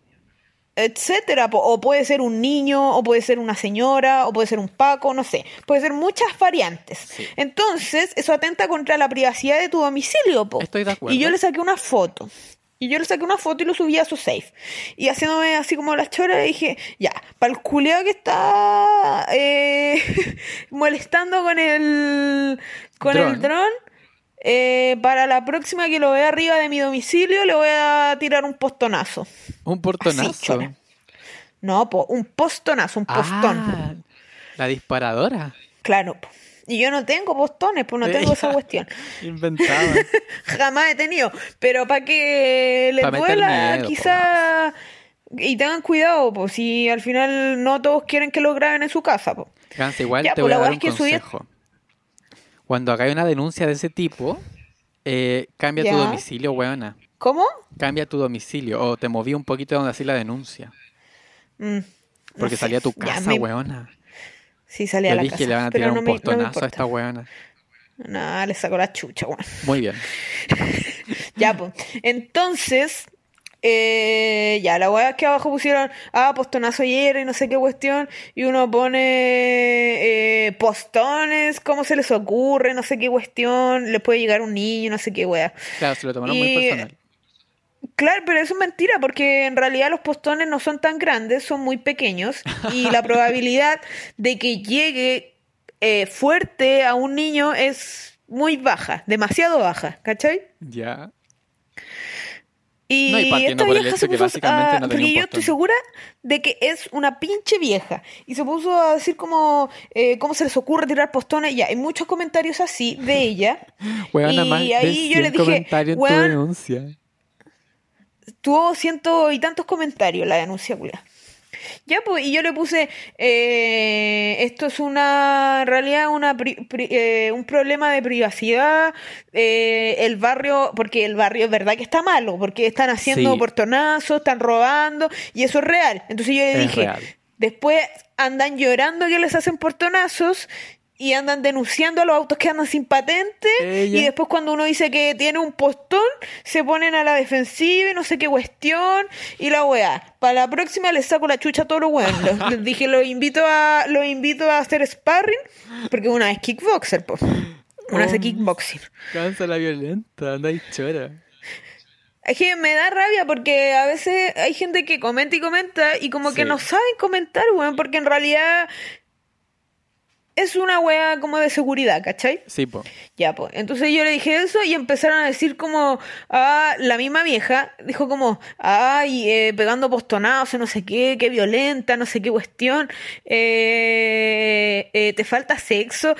etcétera, po- o puede ser un niño, o puede ser una señora, o puede ser un Paco, no sé, puede ser muchas variantes. Sí. Entonces, eso atenta contra la privacidad de tu domicilio, po. Estoy de acuerdo. oh, Y yo le saqué una foto. Y yo le saqué una foto y lo subí a su safe. Y haciéndome así como las choras, le dije, ya, para el culeado que está eh, molestando con el, con Dron. el dron, eh, para la próxima que lo vea arriba de mi domicilio, le voy a tirar un postonazo. Un portonazo. Así, chora. No, po, un postonazo, un postón. Ah, la disparadora. Claro. po. Y yo no tengo postones, Eh, pues no tengo esa cuestión. Inventada. Jamás he tenido. Pero para que les Pa' meter duela, miedo, po. quizá. Y tengan cuidado, pues si al final no todos quieren que lo graben en su casa, pues. Gansa, igual Ya, te pues, voy la a dar weá un es que subí- consejo. Cuando haga una denuncia de ese tipo, eh, cambia tu Ya. domicilio, weona. ¿Cómo? Cambia tu domicilio. O te moví un poquito de donde hacía la denuncia. Mm, no Porque sé. salía a tu Ya, casa, me- weona. Sí, salía Le a la dije, casa. le van a pero tirar no un me- no me portonazo a importa. esta weona. Nah, le sacó la chucha, weón. Muy bien. Ya, pues. Entonces, eh, ya, la weá es que abajo pusieron, ah, postonazo ayer y no sé qué cuestión, y uno pone eh, postones, ¿cómo se les ocurre? No sé qué cuestión, le puede llegar un niño, no sé qué weá. Claro, se lo tomaron muy Y- personal. Claro, pero eso es mentira, porque en realidad los postones no son tan grandes, son muy pequeños, y la probabilidad de que llegue eh, fuerte a un niño es muy baja, demasiado baja, ¿cachai? Ya. Y No, y partiendo esta por el vieja hecho se que puso básicamente a- no tenía porque un yo postón. estoy segura de que es una pinche vieja. Y se puso a decir como, eh, ¿cómo se les ocurre tirar postones? Ya, hay muchos comentarios así de ella. Weona, Y más de ahí yo le 100 dije, comentarios en tu weón- denuncia. Tuvo ciento y tantos comentarios la denuncia, culia. Ya, pues, y yo le puse, eh, esto es una, en realidad, una pri- pri- eh, un problema de privacidad, eh, el barrio, porque el barrio es verdad que está malo, porque están haciendo Sí. portonazos, están robando, y eso es real. Entonces yo le Es dije, real. después andan llorando que les hacen portonazos, y andan denunciando a los autos que andan sin patente, Ella- y después cuando uno dice que tiene un postón, se ponen a la defensiva y no sé qué cuestión, y la weá. Para la próxima les saco la chucha a todos los weones. Los- les dije, los invito a, los invito a hacer sparring, porque una es kickboxer, po. Una hace kickboxing. Cansa la violenta, anda y chora. Es que me da rabia porque a veces hay gente que comenta y comenta y como que Sí. no saben comentar, weón, porque en realidad es una weá como de seguridad, ¿cachai? Sí, po. Ya, pues. Entonces yo le dije eso y empezaron a decir como, ah, la misma vieja dijo como, ay, eh, pegando postonazos, no sé qué, qué violenta, no sé qué cuestión. Eh, eh, eh, te falta sexo.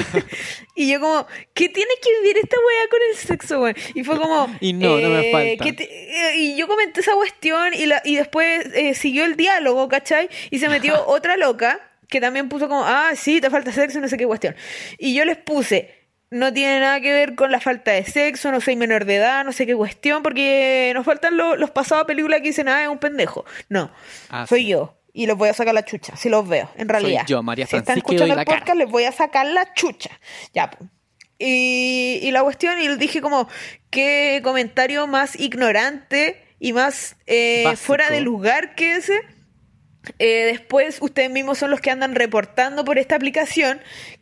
y yo como, ¿qué tiene que vivir esta weá con el sexo, weón? Y fue como... Y no, no me eh, falta. ¿qué te- eh, y yo comenté esa cuestión y, la- y después eh, siguió el diálogo, ¿cachai? Y se metió otra loca que también puso como, ah, sí, te falta sexo, no sé qué cuestión. Y yo les puse, no tiene nada que ver con la falta de sexo, no soy menor de edad, no sé qué cuestión, porque nos faltan lo- los pasados a películas que dicen, ah, es un pendejo. No, Ah, soy sí. yo. Y los voy a sacar la chucha, si los veo, en realidad. yo, María si están Francisca, y doy escuchando la el cara. podcast, les voy a sacar la chucha. Ya, pues. Y, y la cuestión, y dije como, qué comentario más ignorante y más eh, Básico. fuera de lugar que ese. Eh, después ustedes mismos son los que andan reportando por esta aplicación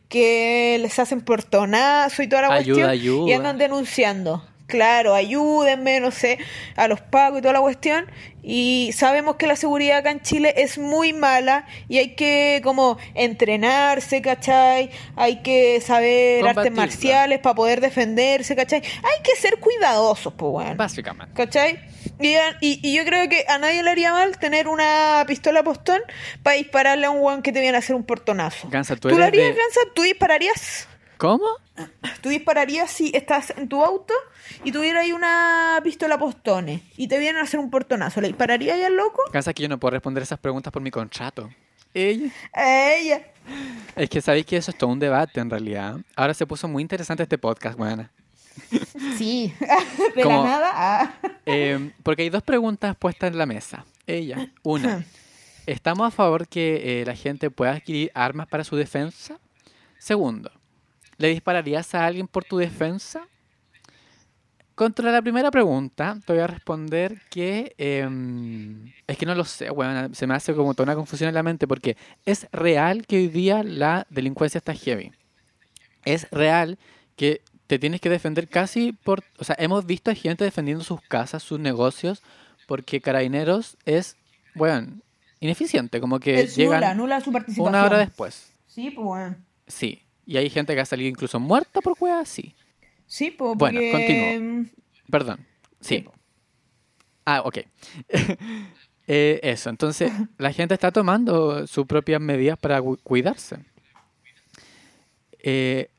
que les hacen portonazo y toda la Ayuda, cuestión y ayuda. andan denunciando. Claro, ayúdenme, no sé, a los pagos y toda la cuestión. Y sabemos que la seguridad acá en Chile es muy mala y hay que como entrenarse, ¿cachai? Hay que saber artes Combatirla. marciales para poder defenderse, ¿cachai? Hay que ser cuidadosos, pues bueno. Básicamente. ¿Cachai? Y, a- y- y yo creo que a nadie le haría mal tener una pistola postón para dispararle a un weón que te viene a hacer un portonazo. Gansa, tú ¿Tú, lo eres harías, de- Gansa? ¿Tú dispararías? ¿Cómo? Tú dispararías si estás en tu auto y tuviera ahí una pistola postone y te vienen a hacer un portonazo. ¿Le dispararías al loco? Cansa que yo no puedo responder esas preguntas por mi contrato. Ella. Ella. Es que sabéis que eso es todo un debate en realidad. Ahora se puso muy interesante este podcast, buena. Sí. De Como- la nada. ah. Eh, porque hay dos preguntas puestas en la mesa. Ella, Ah. una, ¿estamos a favor que eh, la gente pueda adquirir armas para su defensa? Segundo, ¿le dispararías a alguien por tu defensa? Contra la primera pregunta, te voy a responder que... em, es que no lo sé, weón, se me hace como toda una confusión en la mente porque es real que hoy día la delincuencia está heavy. Es real que te tienes que defender casi por... O sea, hemos visto a gente defendiendo sus casas, sus negocios, porque Carabineros es, weón, ineficiente, como que Es llegan nula, nula su participación. una hora después. Sí, pues bueno. Sí. Y hay gente que ha salido incluso muerta por weas así. Sí, pues Bueno, porque- mm, continúo. Perdón. Sí, Sí. po. Ah, ok. Eh, eso, entonces la gente está tomando sus propias medidas para cu- cuidarse. Eh,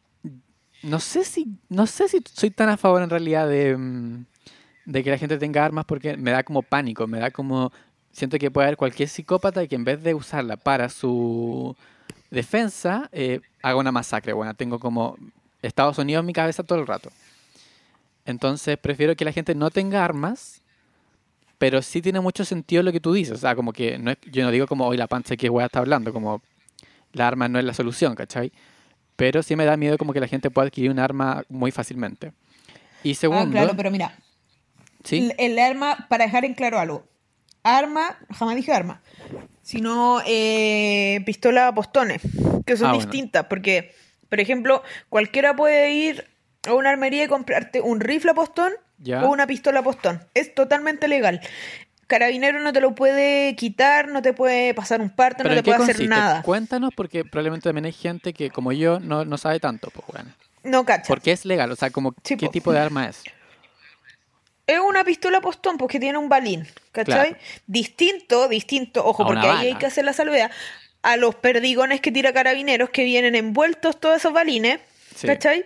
no sé si no sé si soy tan a favor en realidad de, mm, de que la gente tenga armas porque me da como pánico, me da como siento que puede haber cualquier psicópata que en vez de usarla para su defensa eh, haga una masacre. Bueno, tengo como Estados Unidos en mi cabeza todo el rato. Entonces prefiero que la gente no tenga armas, pero sí tiene mucho sentido lo que tú dices. O sea, como que no es- yo no digo como hoy la panza que weá está hablando, como la arma no es la solución, ¿cachai? Pero sí me da miedo como que la gente pueda adquirir un arma muy fácilmente. Y segundo, Ah, claro, pero mira, sí, L- El arma, para dejar en claro algo. Arma, jamás dije arma, sino eh, pistola a postones, que son Ah, bueno. distintas, porque, por ejemplo, cualquiera puede ir a una armería y comprarte un rifle a postón Ya. o una pistola a postón. Es totalmente legal. Carabinero no te lo puede quitar, no te puede pasar un parto, pero ¿en no te qué puede consiste? hacer nada. Cuéntanos porque probablemente también hay gente que como yo no, no sabe tanto, pues bueno. No cacha. Porque es legal, o sea, como Sí, qué po. tipo de arma es. Es una pistola postón porque tiene un balín, ¿cachai? Claro. Distinto, distinto, ojo, A una porque ahí bala. hay que hacer la salvedad a los perdigones que tira carabineros que vienen envueltos todos esos balines, Sí. ¿cachai?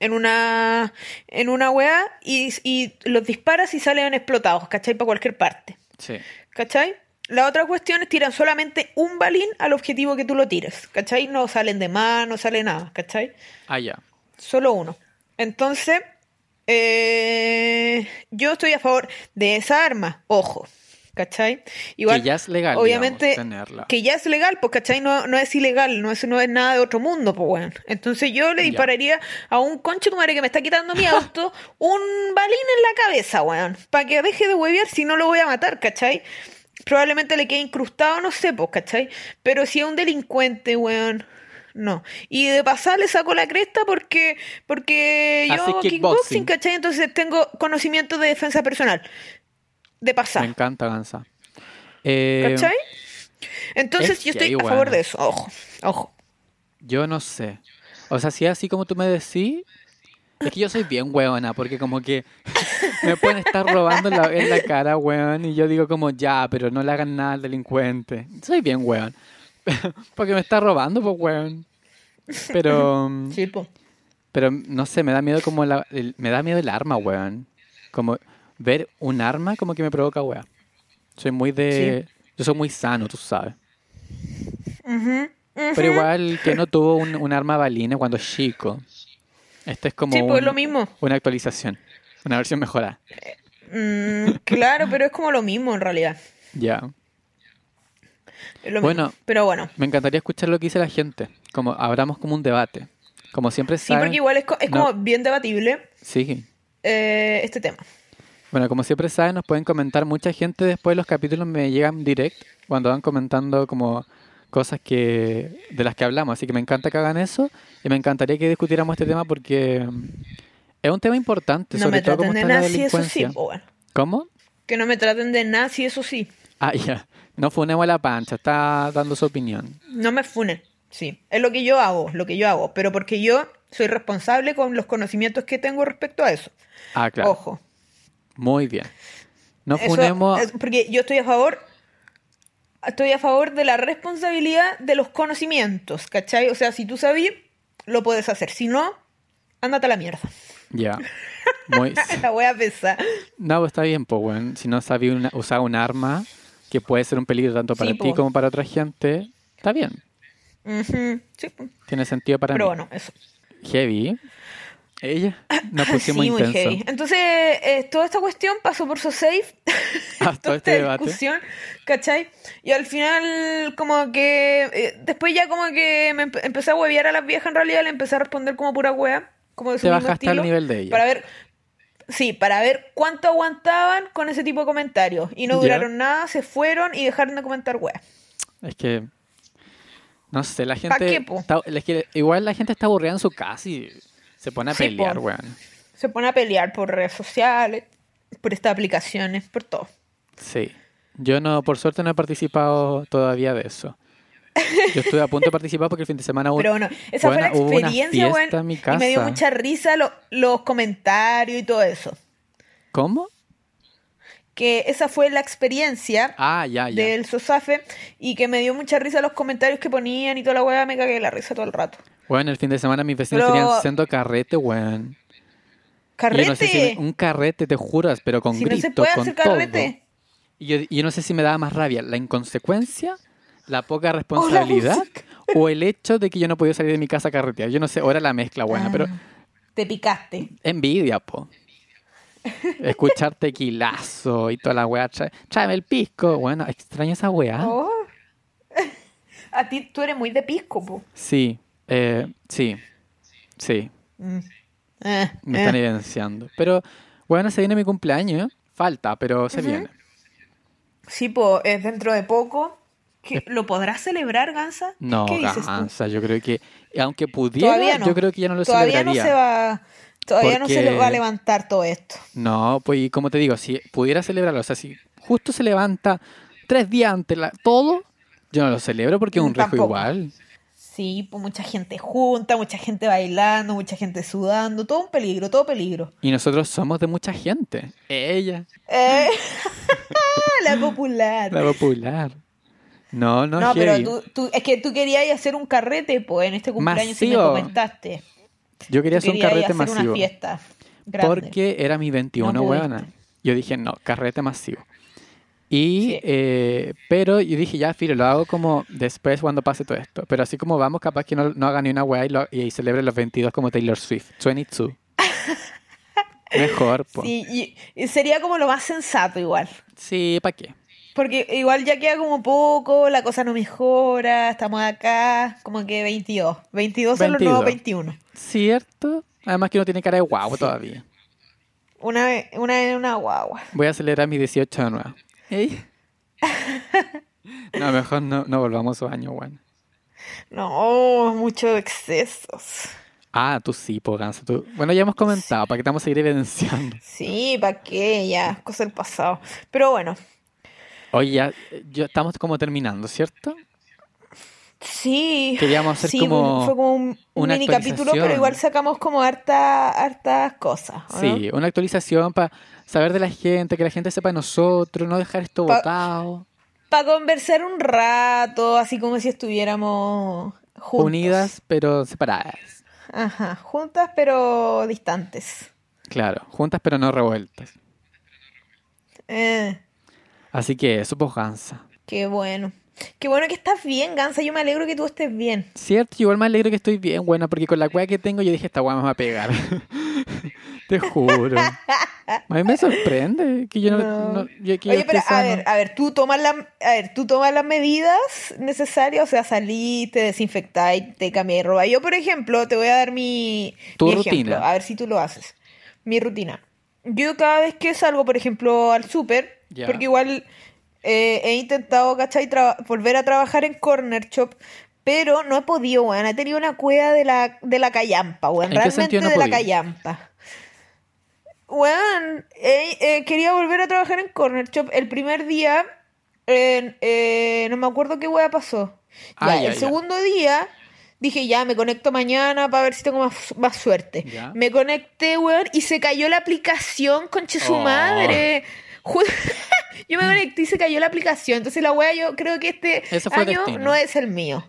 En una, en una weá y, y los disparas y salen explotados, ¿cachai? Para cualquier parte, Sí. ¿cachai? La otra cuestión es tiran solamente un balín al objetivo que tú lo tires, ¿cachai? No salen de más, no sale nada, ¿cachai? Ah, ya. Solo uno. Entonces, eh, yo estoy a favor de esa arma, ojo, ¿cachai? Que ya es legal, digamos, tenerla. Que ya es legal, pues, ¿cachai? No, no es ilegal, no es, no es nada de otro mundo, pues, bueno. Entonces yo le Ya. dispararía a un concho de tu madre que me está quitando mi auto un balín en la cabeza, weón, para que deje de huevear si no lo voy a matar, ¿cachai? Probablemente le quede incrustado, no sé, pues, ¿cachai? Pero si es un delincuente, weón. No. Y de pasar le saco la cresta porque, porque yo Hace hago kickboxing. kickboxing, ¿cachai? Entonces tengo conocimiento de defensa personal. De Me pasar. encanta Gansa. Eh, ¿Cachai? Entonces es yo gay, estoy a weón. favor de eso. Ojo, ojo. Yo no sé. O sea, si es así como tú me decís, es que yo soy bien hueona, porque como que me pueden estar robando en la, en la cara, hueón, y yo digo como, ya, pero no le hagan nada al delincuente. Soy bien hueón. Porque me está robando, pues, weón. Pero, mm, Sí, po. pero no sé, me da miedo como la, el- me da miedo el arma, weón. Como ver un arma como que me provoca, weón. Soy muy de, yo soy muy sano, tú sabes. Ujú, ujú. Pero igual que no tuvo un, un arma balina cuando es chico. Este es como Sí, pues un- lo mismo. una actualización, una versión mejorada. Mm, claro, pero es como lo mismo en realidad. Ya. Es lo Bueno. mismo. Pero bueno. Me encantaría escuchar lo que dice la gente. Como abramos como un debate. Como siempre Sí, saben. porque igual es, co- es no. como bien debatible Sí. eh, este tema. Bueno, como siempre saben, nos pueden comentar mucha gente después los capítulos me llegan direct cuando van comentando como cosas que de las que hablamos, así que me encanta que hagan eso y me encantaría que discutiéramos este tema porque mm, es un tema importante, No sobre me todo traten como de está la nazi, eso sí. delincuencia. po, bueno. ¿Cómo? Que no me traten de nazi, eso sí. Ah, ya. No funemos a la pancha, está dando su opinión. No me funen. Sí, es lo que yo hago, lo que yo hago, pero porque yo soy responsable con los conocimientos que tengo respecto a eso. Ah, claro. Ojo. Muy bien. No Eso- funemos. es- porque yo estoy a favor estoy a favor de la responsabilidad de los conocimientos, ¿cachai? O sea, si tú sabes, lo puedes hacer. Si no, ándate a la mierda. Ya. Muy. La voy a pensar. No, pues está bien, pues, weón. Si no sabía una- usar un arma que puede ser un peligro tanto para Sí, ti po. como para otra gente, está bien. Ujú, sí, po. Tiene sentido para pero mí. bueno, eso. Heavy. Ella. Nos pusimos sí, muy intenso. heavy. Entonces, eh, toda esta cuestión pasó por SoSafe. Ah, todo toda este esta debate. discusión, ¿cachai? Y al final, como que. eh, después ya, como que me empe- empecé a huevear a las viejas en realidad, le empecé a responder como pura hueá. Como de su Te mismo bajaste al estilo, nivel de ella. Para ver. Sí, para ver cuánto aguantaban con ese tipo de comentarios. Y no Ya. duraron nada, se fueron y dejaron de comentar hueá. Es que. No sé, la ¿Pa' gente. qué, po? está- es que igual la gente está aburrida en su casa y se pone a Sí, po. pelear, weón. Se pone a pelear por redes sociales, por estas aplicaciones, por todo. Sí. Yo no, por suerte no he participado todavía de eso. Yo estuve a punto de participar porque el fin de semana hubo- Pero bueno, esa Buena, hubo fue una la experiencia, fiesta weón, en mi Y me dio casa. mucha risa lo- los comentarios y todo eso. ¿Cómo? Que esa fue la experiencia Ah, ya, ya. del Sosafe y que me dio mucha risa los comentarios que ponían y toda la weá, me cagué la risa todo el rato. Bueno, el fin de semana mis vecinos Pero- tenían siendo carrete, weón. Y ¡Carrete! Yo no sé si un carrete, te juras, pero con Si no gritos, se puede con hacer todo. carrete. Y yo, y yo no sé si me daba más rabia la inconsecuencia, la poca responsabilidad o el hecho de que yo no podía salir de mi casa a carretear. Yo no sé, ahora la mezcla, buena, Ah. pero Te picaste. envidia, po. Escuchar tequilazo y toda la weá. tra- Tráeme el pisco. Bueno, extraño esa weá. Oh. A ti tú eres muy de pisco, po. Sí, eh, sí, sí. Mm. Eh, Me eh. están evidenciando. Pero bueno, se viene mi cumpleaños. ¿eh? Falta, pero se viene. Sí, po, es dentro de poco. ¿Qué- ¿Lo podrás celebrar, Gansa? No, ¿Qué dices tú? Gansa, yo creo que, aunque pudiera, Todavía no. yo creo que ya no lo todavía celebraría. No se va, todavía no se le va a Porque- levantar todo esto. No, pues y como te digo, si pudiera celebrarlo, o sea, si justo se levanta tres días antes la- todo, yo no lo celebro porque es un riesgo Tampoco. igual. Sí, pues mucha gente junta, mucha gente bailando, mucha gente sudando, todo un peligro, todo peligro. Y nosotros somos de mucha gente. Ella, Eh, la popular. la popular. No, no, no, pero heavy. tú, tú- es que tú querías hacer un carrete, pues, en este cumpleaños si me Masivo. comentaste. yo Tú quería hacer un querías carrete hacer una masivo. fiesta grande. Porque era mi 21, No pudiste. huevona. Yo dije, no, carrete masivo. Y, Sí. eh, pero yo dije, ya, filo, lo hago como después cuando pase todo esto. Pero así como vamos, capaz que no, no haga ni una weá y, lo- y celebre los 22 como Taylor Swift. 22. Mejor, po. Sí, Sí, y- y sería como lo más sensato igual. ¿para qué? Porque igual ya queda como poco, la cosa no mejora, estamos acá, como que 22. 22 son los nuevos 21. ¿Cierto? Además que no tiene cara de guau todavía. Una vez, una vez en una guagua. Voy a celebrar mis 18 de nuevo. Ey. No, mejor no, no volvamos a esos años, weón. No, muchos excesos. Ah, tú sí, po, Ganso, tú- Bueno, ya hemos comentado, para que estamos a seguir evidenciando. Sí, ¿para qué? Ya, cosa del pasado. Pero bueno, Oye, ya, eh, yo- estamos como terminando, ¿cierto? sí. Queríamos hacer Sí, como fue como un una mini capítulo, pero actualización. igual sacamos como harta, hartas cosas. ¿o no? Sí, una actualización para saber de la gente, que la gente sepa de nosotros, no dejar esto Pa- botado. Para conversar un rato, así como si estuviéramos juntos. Unidas pero separadas. Ajá, juntas pero distantes. Claro, juntas pero no revueltas. Eh, Así que eso, pues Gansa. qué bueno. Qué bueno que estás bien, Gansa. Yo me alegro que tú estés bien. Cierto, igual me alegro que estoy bien, bueno, porque con la cueva que tengo yo dije, esta weá me va a pegar. Te juro. A mí me sorprende que yo no... No. no- yo- que yo Oye, esté pero a sano. ver, a ver, tú tomas la- a ver, tú tomas las medidas necesarias, o sea, salís, te desinfectáis, te cambiáis de ropa. Yo, por ejemplo, te voy a dar mi, Tu mi ejemplo, rutina. a ver si tú lo haces. Mi rutina. Yo cada vez que salgo, por ejemplo, al súper, Ya. porque igual eh, he intentado, ¿cachai? Traba- volver a trabajar en Corner Shop, pero no he podido, weón. He tenido una cueva de la, de la callampa, weón. ¿En qué Realmente sentido no de la podí? callampa. Weón, eh, eh, quería volver a trabajar en Corner Shop. El primer día, en- eh, no me acuerdo qué weá pasó. Ya, Ah, ya, el ya. segundo día, dije, ya, me conecto mañana para ver si tengo más, más suerte. Ya. Me conecté, weón, y se cayó la aplicación, conche su Oh. madre. Ju- Yo Mm. me conecté y se cayó la aplicación. Entonces la weá, yo creo que este Ese fue el año destino. no es el mío.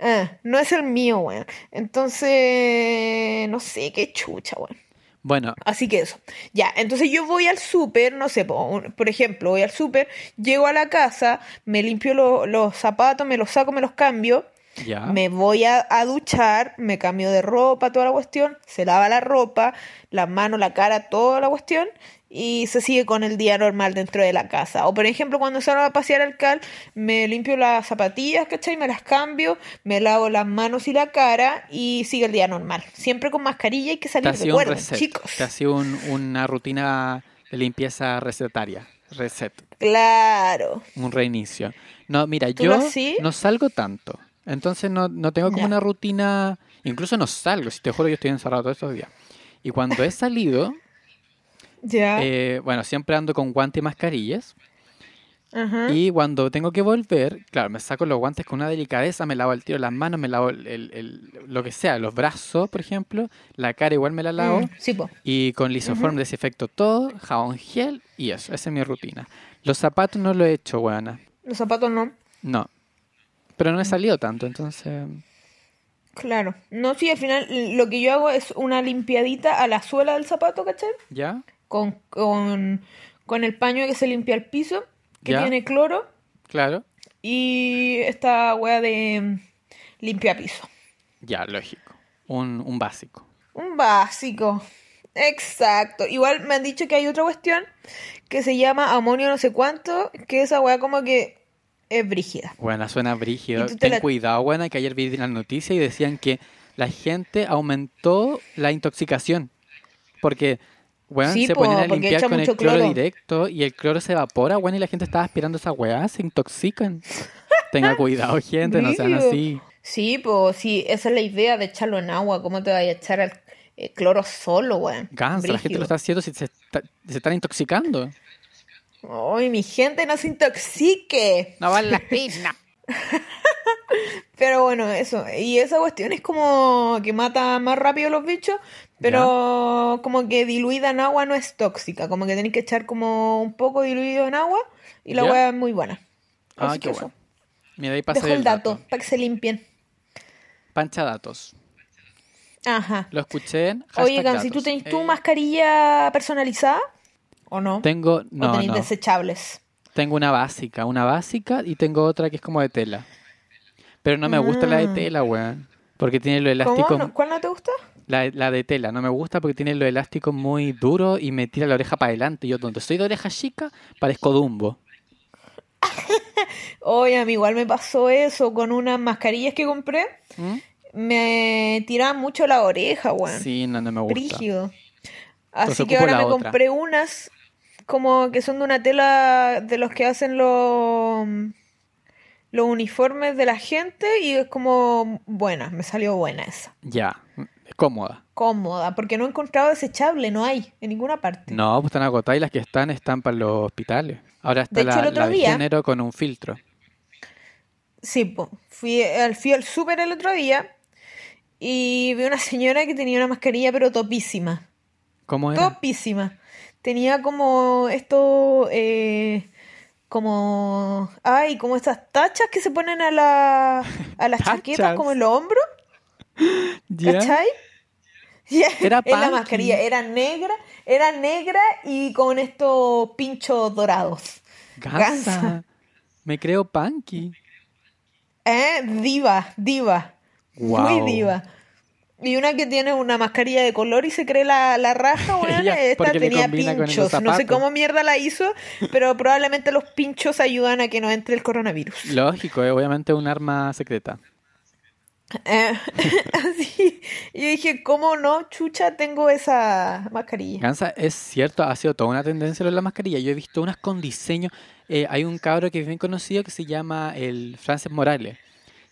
Ah, no es el mío, weón. Entonces, no sé, qué chucha, weón. Bueno, Así que eso. Ya, entonces yo voy al súper, no sé, po- un- por ejemplo, voy al súper, llego a la casa, me limpio lo- los zapatos, me los saco, me los cambio, ya. me voy a, a duchar, me cambio de ropa, toda la cuestión, se lava la ropa, las manos, la cara, toda la cuestión, y se sigue con el día normal dentro de la casa. O por ejemplo, cuando salgo a pasear al cal, me limpio las zapatillas, ¿cachai? Me las cambio, me lavo las manos y la cara, y sigue el día normal. Siempre con mascarilla y que Te salir, ha sido un recuerden, reset. chicos. Te ha sido un- una rutina de limpieza recetaria. Reset. Claro. Un reinicio. No, mira, ¿Tú yo lo hacís? no salgo tanto. Entonces no, no tengo como Ya. una rutina. Incluso no salgo, si te juro, yo estoy encerrado todos estos días. Y cuando he salido, Ya. eh, bueno, siempre ando con guantes y mascarillas. Ajá. Y cuando tengo que volver, claro, me saco los guantes con una delicadeza, me lavo el tiro las manos, me lavo el, el- el- lo que sea, los brazos, por ejemplo, la cara igual me la lavo. Mm, sí, po. Y con lisoform desinfecto todo, jabón gel y eso. Esa es mi rutina. Los zapatos no lo he hecho, weona. Los zapatos no. No. Pero no he salido tanto, entonces. Claro. No, sí, al final l- lo que yo hago es una limpiadita a la suela del zapato, ¿cachai? ¿Ya? Con, con, con el paño que se limpia el piso, que Ya. tiene cloro, Claro. y esta wea de mm, limpia piso. Ya, lógico. Un, un básico. Un básico. Exacto. Igual me han dicho que hay otra cuestión que se llama amonio no sé cuánto, que esa wea como que es brígida. Buena, suena brígido. tú te Ten la- cuidado, buena, que ayer vi la noticia y decían que la gente aumentó la intoxicación. Porque, weón, Sí, se po, ponían a porque limpiar echa con el mucho cloro, cloro. directo y el cloro se evapora, weón, y la gente estaba aspirando esa weá, se intoxican. Tenga cuidado, gente, no sean Brígido. así. Sí, pues sí, esa es la idea de echarlo en agua. ¿Cómo te vas a echar al eh, cloro solo, weón? Ganso, la gente Brígido. lo está haciendo si se, está- se están intoxicando. Ay, mi gente, no se intoxique. No van las piernas. Pero bueno, eso. Y esa cuestión es como que mata más rápido los bichos, pero como que diluida en agua no es tóxica. Como que tenéis que echar como un poco diluido en agua y la Ya. hueá es muy buena. Ah, Así qué que eso. bueno. Mira, ahí pasa Dejo el dato dato. para que se limpien. Pancha datos. Ajá. Lo escuché en Oye, hashtag Gansi, ¿tú datos. tenés tu Eh, mascarilla personalizada? ¿O no? Tengo, ¿O no, tenéis no. desechables? Tengo una básica, una básica y tengo otra que es como de tela. Pero no me gusta la de Ah. tela, weón. Porque tiene lo ¿Cómo? elástico. ¿No- ¿Cuál no te gusta? La, la de tela, no me gusta porque tiene lo elástico muy duro y me tira la oreja para adelante. Yo, donde soy de oreja chica, parezco Dumbo. Oye, a mí igual me pasó eso con unas mascarillas que compré. ¿Mm? Me tiraban mucho la oreja, weón. Sí, no, no me gusta. Brígido. Entonces Así que ocupo ahora la me otra. compré unas como que son de una tela de los que hacen los los uniformes de la gente y es como buena, me salió buena esa. Ya, es cómoda. Cómoda, porque no he encontrado desechable, no hay en ninguna parte. No, pues están agotadas y las que están están para los hospitales. Ahora está De hecho, la, el otro la de día- género con un filtro. Sí, po. Fui al, fui al súper el otro día y vi una señora que tenía una mascarilla pero topísima. ¿Cómo era? Topísima. Tenía como esto eh, como, ay, como estas tachas que se ponen a, la, a las Tachas. chaquetas, como en los hombros, ¿Ya? ¿cachai? Ya, Era es la punky. mascarilla, era negra, era negra y con estos pinchos dorados. Gansa. Gansa. Me creo punky. ¿Eh? Diva, diva. Guau. Muy diva. Y una que tiene una mascarilla de color y se cree la, la raja, weón. Ella, Esta porque le tenía combina con esos pinchos. No sé zapatos. cómo mierda la hizo, pero probablemente los pinchos ayudan a que no entre el coronavirus. Lógico, es obviamente un arma secreta. Eh, así. Y dije, ¿cómo no, chucha, tengo esa mascarilla? Gansa, es cierto, ha sido toda una tendencia lo de la mascarilla. Yo he visto unas con diseño. Eh, hay un cabro que es bien conocido que se llama el Francis Morales.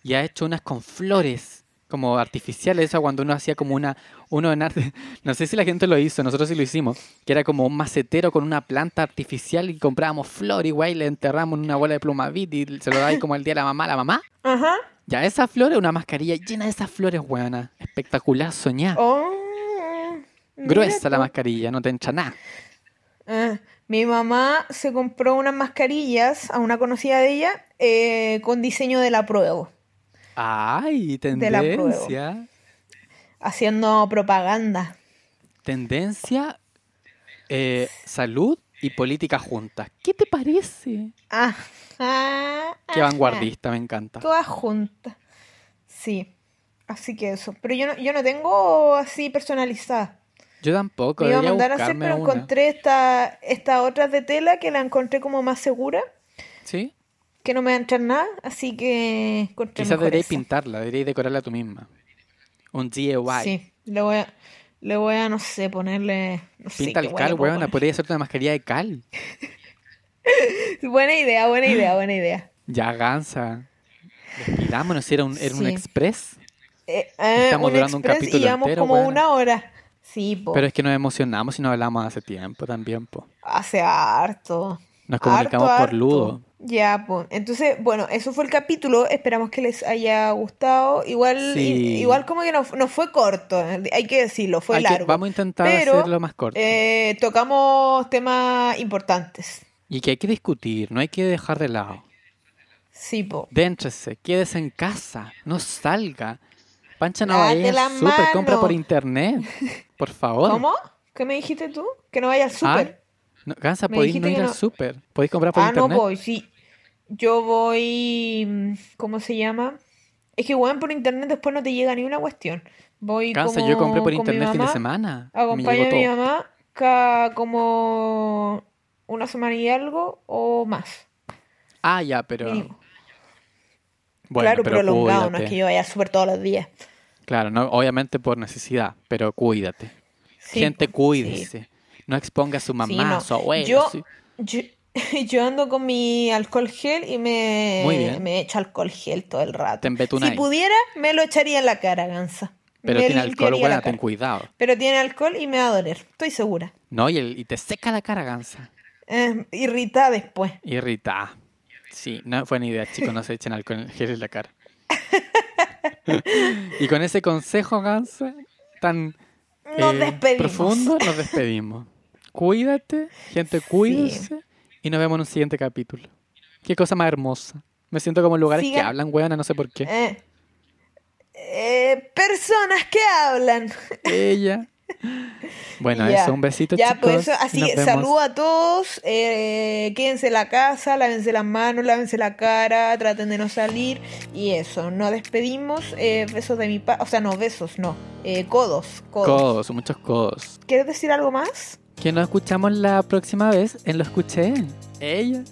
Y ha hecho unas con flores, como artificiales. Eso cuando uno hacía como una... Uno en arte... No sé si la gente lo hizo, nosotros sí lo hicimos. Que era como un macetero con una planta artificial y comprábamos flor igual y le enterramos en una bola de plumavit y se lo daba como el día de la mamá. La mamá Ajá. Ya, esas flores, una mascarilla llena de esas flores, weona. Espectacular, soñá. Oh, mira Gruesa la tú. mascarilla, no te encha nada. Ah, mi mamá se compró unas mascarillas a una conocida de ella eh, con diseño de la prueba. Ay, Te la apruebo. tendencia. haciendo propaganda. Tendencia, eh, salud y política juntas. ¿Qué te parece? Ajá. Qué ajá. vanguardista, me encanta. Todas juntas. Sí. Así que eso. Pero yo no, yo no tengo así personalizada. Yo tampoco, Me iba a debería mandar a hacer, buscarme pero una. encontré esta, esta otra de tela que la encontré como más segura, ¿Sí? que no me va a entrar nada, así que encontré Quizás mejor deberías esa. pintarla, deberías decorarla tú misma. Un DIY. Sí, le voy a, le voy a, no sé, ponerle... No sé Pinta qué el hueá le cal, puedo weona. Podría hacerte una mascarilla de cal. pues. poner. Buena idea, buena idea, buena idea. Ya, gansa. Despidámonos, si era un, era un Sí. express. Eh, eh, Estamos un durando un express y capítulo llevamos entero, como weona. una hora. Sí, po. Pero es que nos emocionamos y nos hablamos hace tiempo también, po. Hace harto. Nos comunicamos Harto, por harto. Ludo. Ya, pues. Entonces, bueno, eso fue el capítulo. Esperamos que les haya gustado. Igual, Sí. i- igual como que no, no fue corto, eh, hay que decirlo, fue Hay que- largo. vamos a intentar Pero, hacerlo más corto. Eh, tocamos temas importantes. Y que hay que discutir, no hay que dejar de lado. Sí, po. Déntrese, quédese en casa, no salga. Pancha no Lávate vaya las al súper, compra por manos. internet. Por favor. ¿Cómo? ¿Qué me dijiste tú? Que no vaya al Ah, súper. no, Gansa, Me podéis dijiste no ir que al no- súper. Podéis comprar por Ah, no internet. voy, sí. Yo voy. mm, ¿Cómo se llama? Es que, weón, por internet después no te llega ni una cuestión. Voy Gansa, como yo compré por con mi internet fin de mamá. semana. y Me Acompaño llegó a mi todo. mamá cada como una semana y algo o más. Ah, ya, pero. mínimo. Bueno, claro, pero prolongado, no cuídate. es que yo vaya súper todos los días. Claro, no, obviamente por necesidad, pero cuídate. Sí, Gente, po, sí. cuídese. No exponga a su mamá, Sí, no. a su abuelo. Yo- sí. Yo, yo ando con mi alcohol gel y me, Muy bien. me echo alcohol gel todo el rato. Te embetunáis. Si pudiera, me lo echaría en la cara, Gansa. Pero Me tiene alcohol, limpiaría la bueno, ten cara. cuidado. Pero tiene alcohol y me va a doler, estoy segura. No, y, el- y te seca la cara, gansa. Eh, irrita después. Irrita. Sí, no es buena idea, chicos, no se echen alcohol en gel en la cara. y con ese consejo, gansa, tan Nos eh, despedimos. profundo, nos despedimos. Cuídate, gente, cuídese. Y nos vemos en un siguiente capítulo. Qué cosa más hermosa. Me siento como en lugares que Sigan- hablan, weona, no sé por qué. Eh, eh, personas que hablan. Ella. Bueno, Ya. eso, un besito, Ya, chicos. por eso, y así, nos vemos. saludo a todos. eh, quédense en la casa, lávense las manos, lávense la cara, traten de no salir. Y eso, nos despedimos. eh, besos de mi parte. O sea, no, besos, no. eh, codos, codos. Codos, muchos codos. ¿Quieres decir algo más? Que nos escuchamos la próxima vez en Lo Escuché. Ella.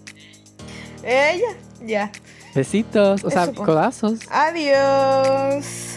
Ella, ya. Besitos, o sea, Eso, po. codazos. Adiós.